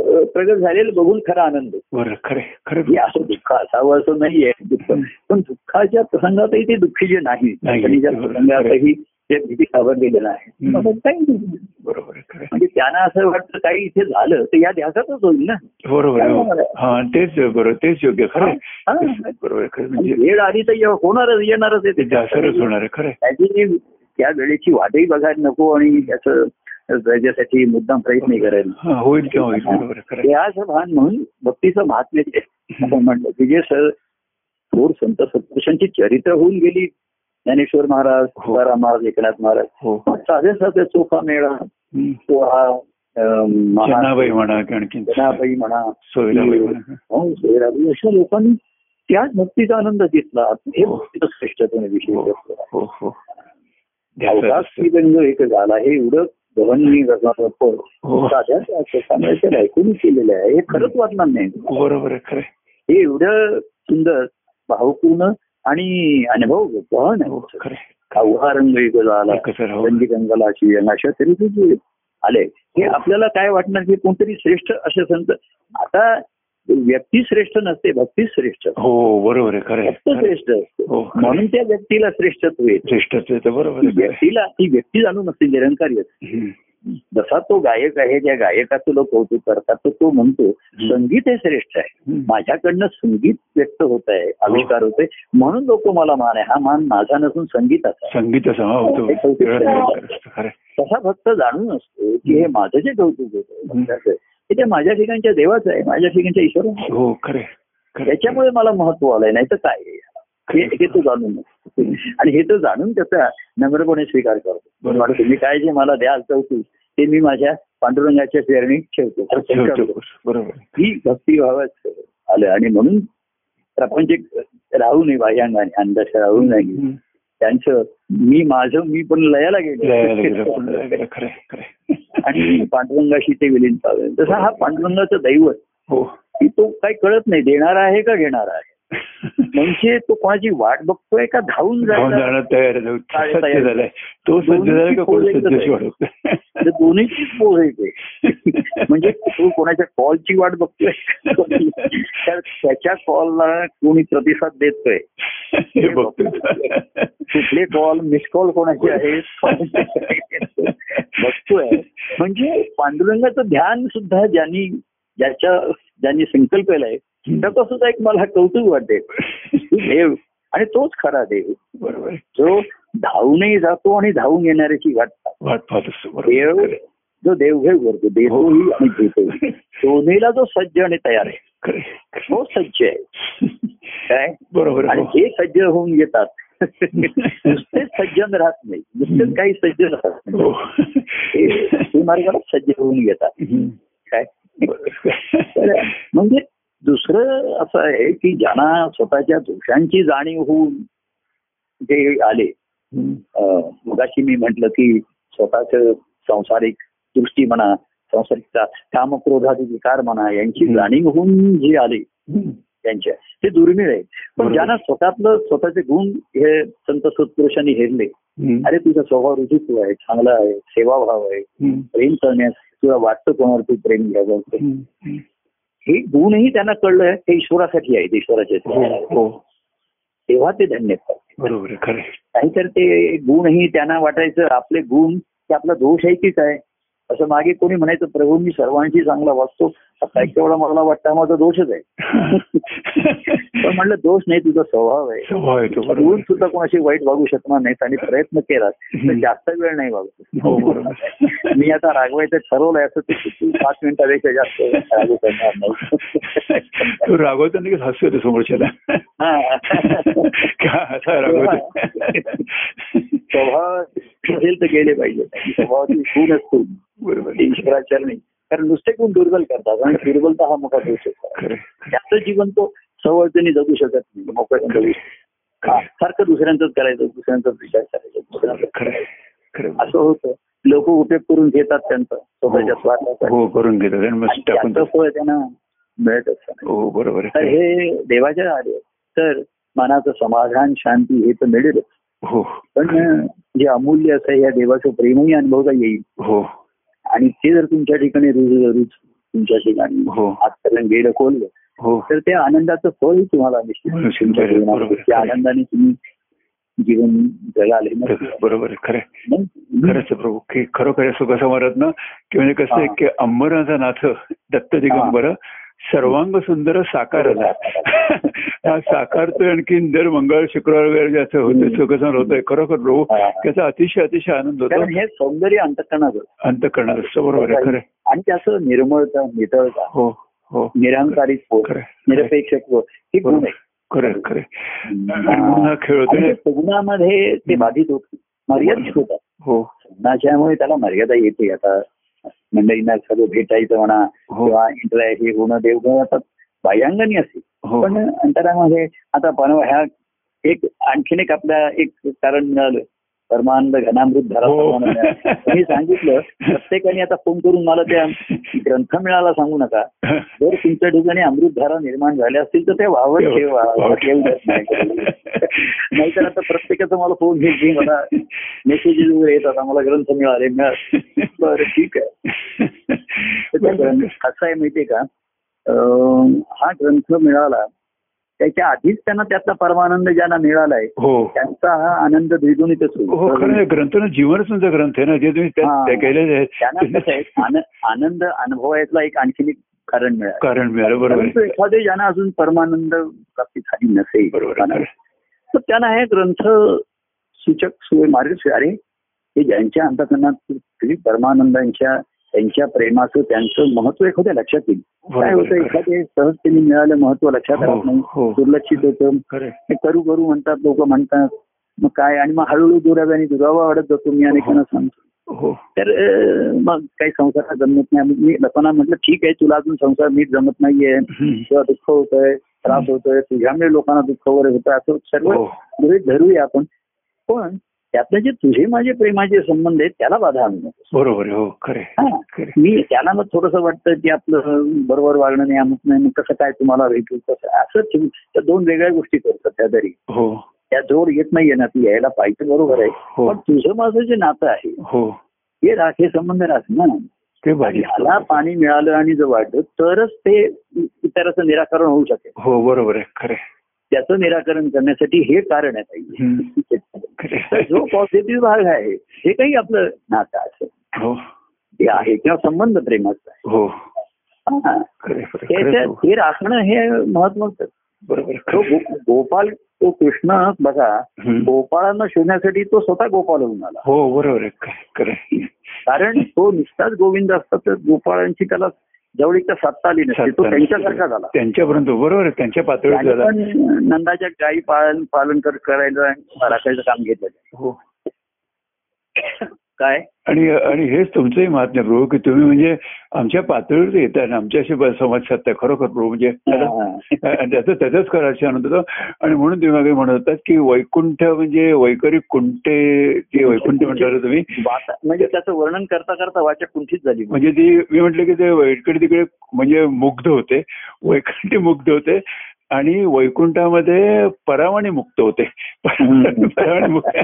अं, प्रगट झालेलं बघून खरा आनंद
बरं खरं आहे. खरं
हे
आहे.
असं दुःख असावं असं नाहीये दुःख
हं.
पण दुःखाच्या प्रसंगातही ते दुःखी जे नाही
नाही.
अडचणीच्या
बरोबर.
प्रसंगातही ते भीती सावरलेलं आहे
हं.
असं काही नाही.
बरोबर आहे. खरं आहे.
म्हणजे त्यांना असं वाटतं काही इथे झालं तर या ध्यासातच होईल ना
बरोबर आहे. हो.
बरोबर आहे.
हा तेच बरोबर तेच योग्य खरं आहे.
हा, हा.
बरोबर आहे. खरं
आणि
म्हणजे
वेळ आली तर ये- होणारच येणारच
ते
येते
जास्तच होणार आहे खरं आहे.
त्याची त्या वेळेची वाटही बघायला नको आणि त्याचं त्याच्यासाठी मुद्दाम प्रयत्न करेल
हा, होईल ते होईल बरोबर आहे, खरं आहे.
देहाचं भान म्हणून भक्तीचं महात्म्य जे आपण म्हणलं की जे सर थोर संत सत्पुरुषांची चरित्र होऊन गेली ज्ञानेश्वर महाराज
हो.
तुकाराम महाराज एकनाथ महाराज
हो
मग साधे साधे चोखा मेळा
हम्म.
तो हा अं, महा-
जनाबाई म्हणा की आणखीन
जनाबाई म्हणा
सोयराबाई म्हणा
हो, सोयराबाई अशा लोकांनी त्याच भक्तीचा आनंद घेतला हे
हो.
भक्तीचं श्रेष्ठतेने विषय
हो
करतो.
हो हो
अवकाश श्रीरंग एक झाला हे एवढं गहन मी रचनात्मक फळ
हो
साध्या त्या चोखामेळ्याच्या ऐकूनच केलेलं आहे हे खरंच वाटणार नाही
बरोबर आहे खरं आहे.
हे एवढं सुंदर भावपूर्ण आणि अनुभव गहन
हो
आहे
खरं आहे.
का उहा रंग एक झाला
कसं राहू
रंगी रंगाला अशी रंग अशा तऱ्हेचे जे आले हे आपल्याला काय वाटणार की कोणतरी श्रेष्ठ असे संत आता व्यक्ती श्रेष्ठ नसते भक्ती श्रेष्ठ असते.
हो बरोबर आहे खरं आहे.
भक्त
खरं आहे
श्रेष्ठ असते
हो, खरं.
म्हणून त्या व्यक्तीला श्रेष्ठत्व येते
श्रेष्ठत्व आहे ते बरोबर
ती
आहे खरं आहे.
व्यक्तीला ती व्यक्ती जाणून नसते निरंकारी असते.
हम्म.
जसा तो गायक आहे ज्या गायकाचं लोक कौतुक करतात तर तो म्हणतो संगीत हे श्रेष्ठ आहे
हम्म.
माझ्याकडनं संगीत व्यक्त होत आहे आविष्कार होते म्हणून लोक मला मान आहे हा मान माझा नसून संगीताचा आहे.
संगीत समा होतो
ते कौतुक
वेगळं
आहे.
वेगळं असतं, खरं आहे.
तसा भक्त जाणून असतो की हे माझं जे कौतुक होतं भक्ताचं, हे त्या माझ्या ठिकाणच्या देवाचं आहे माझ्या ठिकाणच्या ईश्वराचं आहे.
हो खरे त्याच्यामुळे
त्याच्यामुळे मला महत्व आलंय नाही तर काय आहे? हे- हे तो जाणून असतो. आणि हे तो जाणून त्याचा नम्रपणे स्वीकार करतो
बरोबर.
तुम्ही काय जे मला द्याल कौतुक ते मी माझ्या पांडुरंगाच्या चरणी ठेवतो ठेवतो.
बरोबर आहे.
ही भक्तिभावात आलं आणि म्हणून प्रपंच एक राहू नये बाह्यांगाने अंदाज राहू नये
हम्म.
त्यांचं मी माझं मी पण लयाला
लयाला गेलं, पण लयाला
गेलो
गेलं, खरं आहे, खरं आहे.
आणि पांडुरंगाशी ते विलीन पावेल तसा हा पांडुरंगाचं दैवत
हो
की तो काही कळत नाही देणारा आहे का घेणारा आहे
हो.
म्हणजे तो कोणाची वाट बघतोय का धावून
धावून
जायला
जाणं तयार आहे.
काय
सज्ज
तयार?
झालाय तो सज्ज झाला का कोण
दोन्ही
सज्ज
पोळी तर दोन्हीची पोळ येते म्हणजे तो कोणाच्या कॉलची वाट बघतोय तर त्याच्या कॉलला कोणी प्रतिसाद देतोय
हे बघतो
कुठले कॉल मिस कॉल कोणाचे आहेत बघतोय म्हणजे पांडुरंगाचं ध्यान सुद्धा ज्यांनी ज्याच्या ज्यांनी संकल्प केलाय त्याचा सुद्धा एक मला कौतुक वाटते की देव आणि तोच खरा देव
बरोबर आहे.
जो धावूनही जातो आणि धावून येणाऱ्याची वाट पाहतो.
वाट पाहत असतो बरोबर
देव
खरं आहे. हो.
जो देवघेव करतो देतोही आणि घेतोही दोन्हीला जो सज्ज आणि तयार आहे
खरं आहे.
तो सज्ज आहे काय
बरोबर आहे,
आणि
हो.
जे सज्ज होऊन येतात नुसतेच सज्जन राहत नाही नुसतेच काही सज्जन राहत नाही
हो.
ते- ते मार्गाला सज्ज होऊन येतात
हम्म.
काय तर
बरोबर.
म्हणजे दुसरं असं आहे की ज्यांना स्वतःच्या दोषांची जाणीव होऊन जे आले
हम्म.
अं, मगाशी मी म्हटलं की स्वतःच सांसारिक दृष्टी म्हणा सांसारिकता कामक्रोधाचे विकार म्हणा यांची
हम्म.
जाणीव होऊन जे आले
हम्म.
त्यांच्या ते दुर्मिळ आहेत पण
बरोबर.
ज्यांना स्वतःतलं स्वतःचे गुण हे संत सत्पुरुषांनी हेरले
हम्म.
अरे तुझा स्वभाव रुजित्व आहे चांगला आहे सेवाभाव आहे
हम्म.
प्रेम करण्यास तुला वाटतं कोणावर तू प्रेम घ्यावं
हम्म. हम्म.
हे गुणही त्यांना कळलं हे ईश्वरासाठी आहेत ईश्वराचे
हो हो
तेव्हा ते धन्य आहेत.
बरोबर आहे, खरं आहे.
नाहीतर ते गुणही त्यांना वाटायचं आपले गुण ते आपला दोष आहे की काय असं मागे कोणी म्हणायचं प्रभू मी सर्वांशी चांगला वागतो आता केवढा मला वाटतं हा माझा दोषच आहे पण म्हणलं दोष नाही तुझा स्वभाव आहे
स्वभाव येतो
गुण
बरोबर
सुद्धा कोणाशी वाईट वागू शकणार नाहीत आणि प्रयत्न केला तर
हम्म.
जास्त वेळ नाही
हो
वागू
बरोबर
मी आता रागवायचं ठरवलंय असं ते किती पाच मिनिटापेक्षा जास्त रागू करणार नाही
तू रागवतो नाही हसू येतो समोरच्याला
हा.
का असा रागवतो
स्वभाव असेल तर गेले पाहिजे स्वभावातील गुण असतो
बरोबर
ईश्वराचार नाही कारण नुसते गुण दुर्बल करतात आणि दुर्बलता हा मोठा दोष असतो
खरं
त्याचं जीवन तो सवळतेने जगू शकत नाही मोकळ्याने जगू शकत नाही. हा, सारखं दुसऱ्यांचंच करायचं दुसऱ्यांचाच विचार करायचा दुसऱ्यांचा
खरं खरं
असं होतं लोक उपयोग करून घेतात त्यांचा स्वतःच्या स्वार्थाचा
हो करून घेतो आणि मग टाकून
त्याचं फळ त्यांना मिळत असतं
हो बरोबर
तर
आहे
हे देवाच्या आले तर मनाचं समाधान शांती हे तर मिळेल
हो
पण जे अमूल्य असं आहे, या देवाचं प्रेमही अनुभवता येईल
हो
आणि ते जर तुमच्या ठिकाणी रुज रुज तुमच्या ठिकाणी
हो.
आजपर्यंत गेलं खोललं
हो
तर त्या आनंदाचं फळही तुम्हाला निश्चित
हो, निश्चित
तुमच्या
मिळेल.
जीवनात.
बरोबर.
त्या आनंदाने तुम्ही जीवन जगाले
बरोबर आहे खरं खरंच आहे प्रभू की खरोखर या सुखसमारात ना की म्हणजे कसं आहे की अंबराचा नाथ दत्त दिगंबर सर्वांग सुंदर साकार झाला हा साकारतोय आणखी दर मंगळ शुक्रवार वेळ ज्याचं होतं सुखसन होतंय खरोखर प्रभू त्याचा अतिशय अतिशय आनंद होतो
कारण हे सौंदर्य अंतकरणाचं
अंत करणार असतं बरोबर आहे खरं आहे.
आणि त्याचं निर्मळता नितळता
हो हो
निरंकारित्व
खरं आहे.
निरपेक्षत्व हे गुण आहे
खरं आहे, खरं आहे. आणि म्हणून हा खेळ होतो
आणि
ना.
सगुणामध्ये ते बाधित होत मर्यादित होतात
हो
सगुणाच्यामुळे त्याला मर्यादा येते आता मंडळींना सर्व भेटायचं म्हणा
हो.
किंवा इंटरॅ हे होणं देवघर आता बाह्यांगणी असेल
हो
पण अंतरामध्ये आता बनव ह्या एक आणखीन एक आपल्या एक कारण मिळालं परमानंद घनामृत धरा
हो.
परमानंद. मी सांगितलं प्रत्येकाने आता फोन करून मला त्या ग्रंथ मिळाला सांगू नका जर तुमच्या ठिकाणी अमृतधारा निर्माण झाल्या असतील तर त्या वाहवत
ठेवा.
ठेवा
वाहवत.
ठेवू देत नाही. नाहीतर आता प्रत्येकाचा मला फोन घेत घे मला मेसेजेस वगैरे येतात मला ग्रंथ मिळाले मिळाले बरं ठीक आहे तर त्या ग्रंथ कसं आहे माहितीये का अं, हा ग्रंथ मिळाला त्याच्या आधीच त्यांना त्यातला परमानंद ज्यांना मिळालाय
हो
त्यांचा हा आनंद द्विगुणित
हो खरं आहे. ग्रंथ ना जीवनच तुमचा ग्रंथ आहे ना जे तुम्ही
हा.
त्यात केलेले
त्यांना कसं आहे
आहे
आन- आनंद अनुभवायला एक आणखीन एक कारण मिळालं
कारण मिळालं बरोबर
परंतु
आहे.
एखादे ज्यांना अजून परमानंद प्राप्ती झाली नसेल
बरोबर आहे, खरं आहे.
तर त्यांना हे ग्रंथ सूचक सुवे मार्ग अरे हे ज्यांच्या अंतकरणात तुम्ही परमानंदांच्या त्यांच्या प्रेमाचं त्यांचं महत्व एखाद्या लक्षात येईल काय होतं
बरोबर आहे, खरं आहे.
एखादे सहजतेने मिळालं महत्व लक्षात
हो,
राहत नाही
हो.
दुर्लक्षित होतं
खरं आहे.
हे करू करू म्हणतात लोक म्हणतात मग काय आणि मग हळूहळू दुराव्याने दुरावा वाढत जातो मी अनेकांना सांगतो
हो
तर अं, मग काही संसार जमत नाही मी लपना म्हटलं ठीक आहे तुला अजून संसार नीट जमत नाहीये
हम्म.
किंवा दुःख होतंय त्रास होतोय तुझ्यामुळे लोकांना दुःख वगैरे होतं असं सर्व
हो.
गृहीत धरूया आपण पण त्यातले जे तुझे माझे प्रेमाचे संबंध आहेत त्याला बाधा आणू नको
बरोबर आहे हो खरे
हा. मी त्याला मग थोडस वाटतं की आपलं बरोबर वागणं नाही अमुक नाही मग कसं काय तुम्हाला भेटू कसं असं ठेवून त्या दोन वेगळ्या गोष्टी करतात त्या तरी
हो
त्या जोर येत नाहीये ना ती यायला पाहिजे बरोबर आहे
हो.
पण तुझं माझं जे नातं आहे
हो
हे राखे संबंध राहत ना
ते
आणि
भाजी
ह्याला पाणी मिळालं आणि जर वाढलं तरच ते इतराचं निराकरण होऊ शकेल
हो बरोबर आहे खरे
त्याचं निराकरण करण्यासाठी हे कारण आहे ताई. तर जो पॉझिटिव्ह भाग आहे हे काही आपलं नातं असेल
हो
ते आहे किंवा संबंध प्रेमाचा आहे
हो
हा.
खरे खरे खरे
त्याच्यात हे राखणं हे महत्वाचं आहे.
बरोबर
तो
खरे
गो- गोपाल तो कृष्ण बघा
हम्म.
गोपाळांना शोधण्यासाठी तो स्वतः गोपाल होऊन आला
हो बरोबर आहे खरं- खरं आहे.
कारण तो नुसताच गोविंद असता तर गोपाळांची त्याला जवळीक साधता आली नसते तो त्यांच्यासारखा झाला
त्यांच्यापर्यंत बरोबर आहे त्यांच्या पातळीवर
त्याने
झाला
पण नंदाच्या गायी पालन पालन कर- करायला आणि राखायचं काम घेतलं
हो
काय
आणि आणि हेच तुमचंही महात्म्य प्रभू की तुम्ही म्हणजे आमच्या पातळीवर येत आहे आमच्याशी ब- संवाद साधताय खरोखर प्रभू म्हणजे
हो. हा.
आणि त्याचं त्याचाच खरा अशी आनंद होतो आणि म्हणून तुम्ही मागे म्हणत होतात की वैकुंठ म्हणजे वैकरी कुंटे जे वैकुंठ म्हणता तुम्ही
वाचा- म्हणजे त्याचं वर्णन करता करता वाचा कुंठीत झाली
म्हणजे ती मी म्हटलं की ते इकडे तिकडे म्हणजे मुग्ध होते वैकुंठ मुग्ध होते आणि वैकुंठामध्ये परावाने मुक्त होते
हम्म.
परावाने मुक्त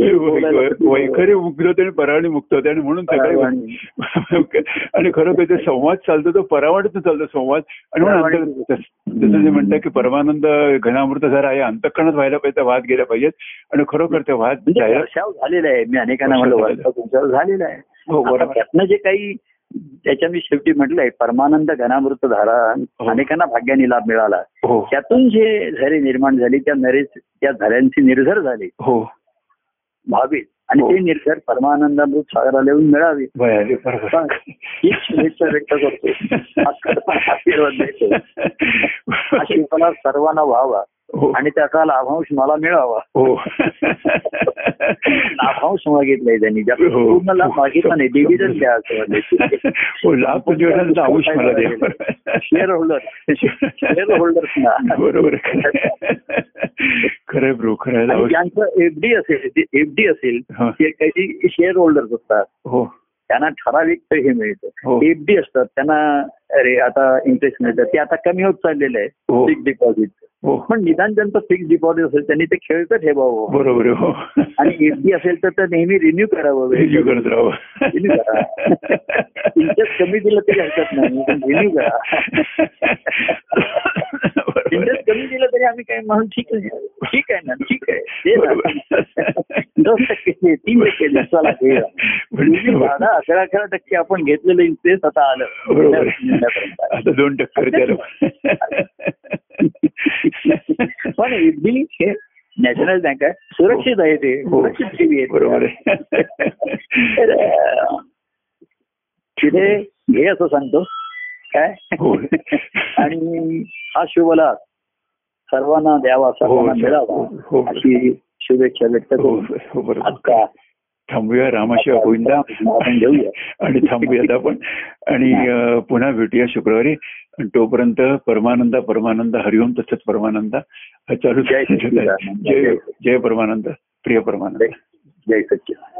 वै- वैखरी मुग्ध होते आणि परावाने मुक्त होते आणि म्हणून सगळे
परावाने.
आणि खरोखर ते संवाद चालतो तो परावाडीतून चालतो संवाद आणि म्हणून
परावाडीतून.
अंतर्गत- जसं जे म्हणतात की परमानंद घनामृत झाला आहे अंतकरणात व्हायला पाहिजे त्या वाद गेल्या पाहिजेत आणि खरोखर त्या वाद
म्हणजे
जायला
वर्षाव झालेला आहे मी अनेकांना म्हणलं
वर्षाव
वर्षाव तुमच्यावर झालेला आहे
हो
आता
बरोबर
त्यातनं जे काही त्याच्या मी शेवटी म्हटलंय परमानंद घनामृत धारा
हो.
अनेकांना भाग्याने लाभ मिळाला
हो
त्यातून जे झरे निर्माण झाली त्या नरे त्या झऱ्यांची निर्झर झाली
हो
व्हावी आणि
हो.
ते निर्झर परमानंदामृत सागराला येऊन मिळावी
बयाली, बरोबर
पण हीच शुभेच्छा व्यक्त करतो आजकाल आशीर्वाद द्यायचे. अशी मला सर्वांना व्हावा
हो.
आणि त्याचा लाभांश मला मिळावा
हो
लाभांश मागितलाय त्यांनी जास्त
हो.
पूर्ण लाभ मागितला नाही डिव्हिडंड द्या असं वाटलं
हो लाभ तुझ्या वेळेला आऊश मला दे
शेअर होल्डर शेअर होल्डर्सना
बरोबर खरं ब्रो खरं
आणि
आहे.
ज्यांचं एफडी असेल एफडी असेल
हा.
ते काही शेअर होल्डर्स असतात
हो
त्यांना ठराविक ते हे मिळतं
हो.
एफडी असतात त्यांना अरे आता इंटरेस्ट मिळतं ते आता कमी होत चाललेलं आहे
हो.
फिक्स डिपॉझिट
हो
पण निदान ज्यांचं फिक्स डिपॉझिट असेल त्यांनी ते खेळतं ठेवावं
बरोबर आहे, हो
आणि एफडी असेल तर ते नेहमी रिन्यू करावं
रिन्यू
वेळेवर.
करत राहावं
Renew करा. इंटरेस्ट कमी दिलं तरी हरकत नाही पण रिन्यू करा इंटरेस्ट कमी दिलं तरी आम्ही काय म्हणून ठीक आहे ठीक आहे ना ठीक आहे दे ना.
बरोबर.
दोन टक्के दे, तीन टक्के दे, चला दे. पूर्वी बारा अकरा अकरा टक्के आपण घेतलेलं इंटरेस्ट आता आलं
बरोबर
त्या
आता दोन टक्कर द्यायला
पण एबी हे नॅशनल बँक आहे सुरक्षित आहे ते
हो.
सुरक्षित ठेवी आहे
बरोबर आहे
तर, अं, तिथे हे असं सांगतो काय
हो
आणि हा शुभला सर्वांना द्यावा सर्वांना
हो, सर. हो,
मिळावा
हो.
अशी शुभेच्छा व्यक्त
हो,
करू
हो बरोबर
आता
थांबूया रामाशिवा गोविंदा
आपण घेऊया.
आणि थांबूयात आपण आणि अ, पुन्हा भेटूया शुक्रवारी आणि तोपर्यंत परमानंद परमानंद हरिओम तसंच परमानंद हा चालू
जय सच्चिदानंद.
जय जय परमानंद प्रिय परमानंद
जय जय सच्चिदानंद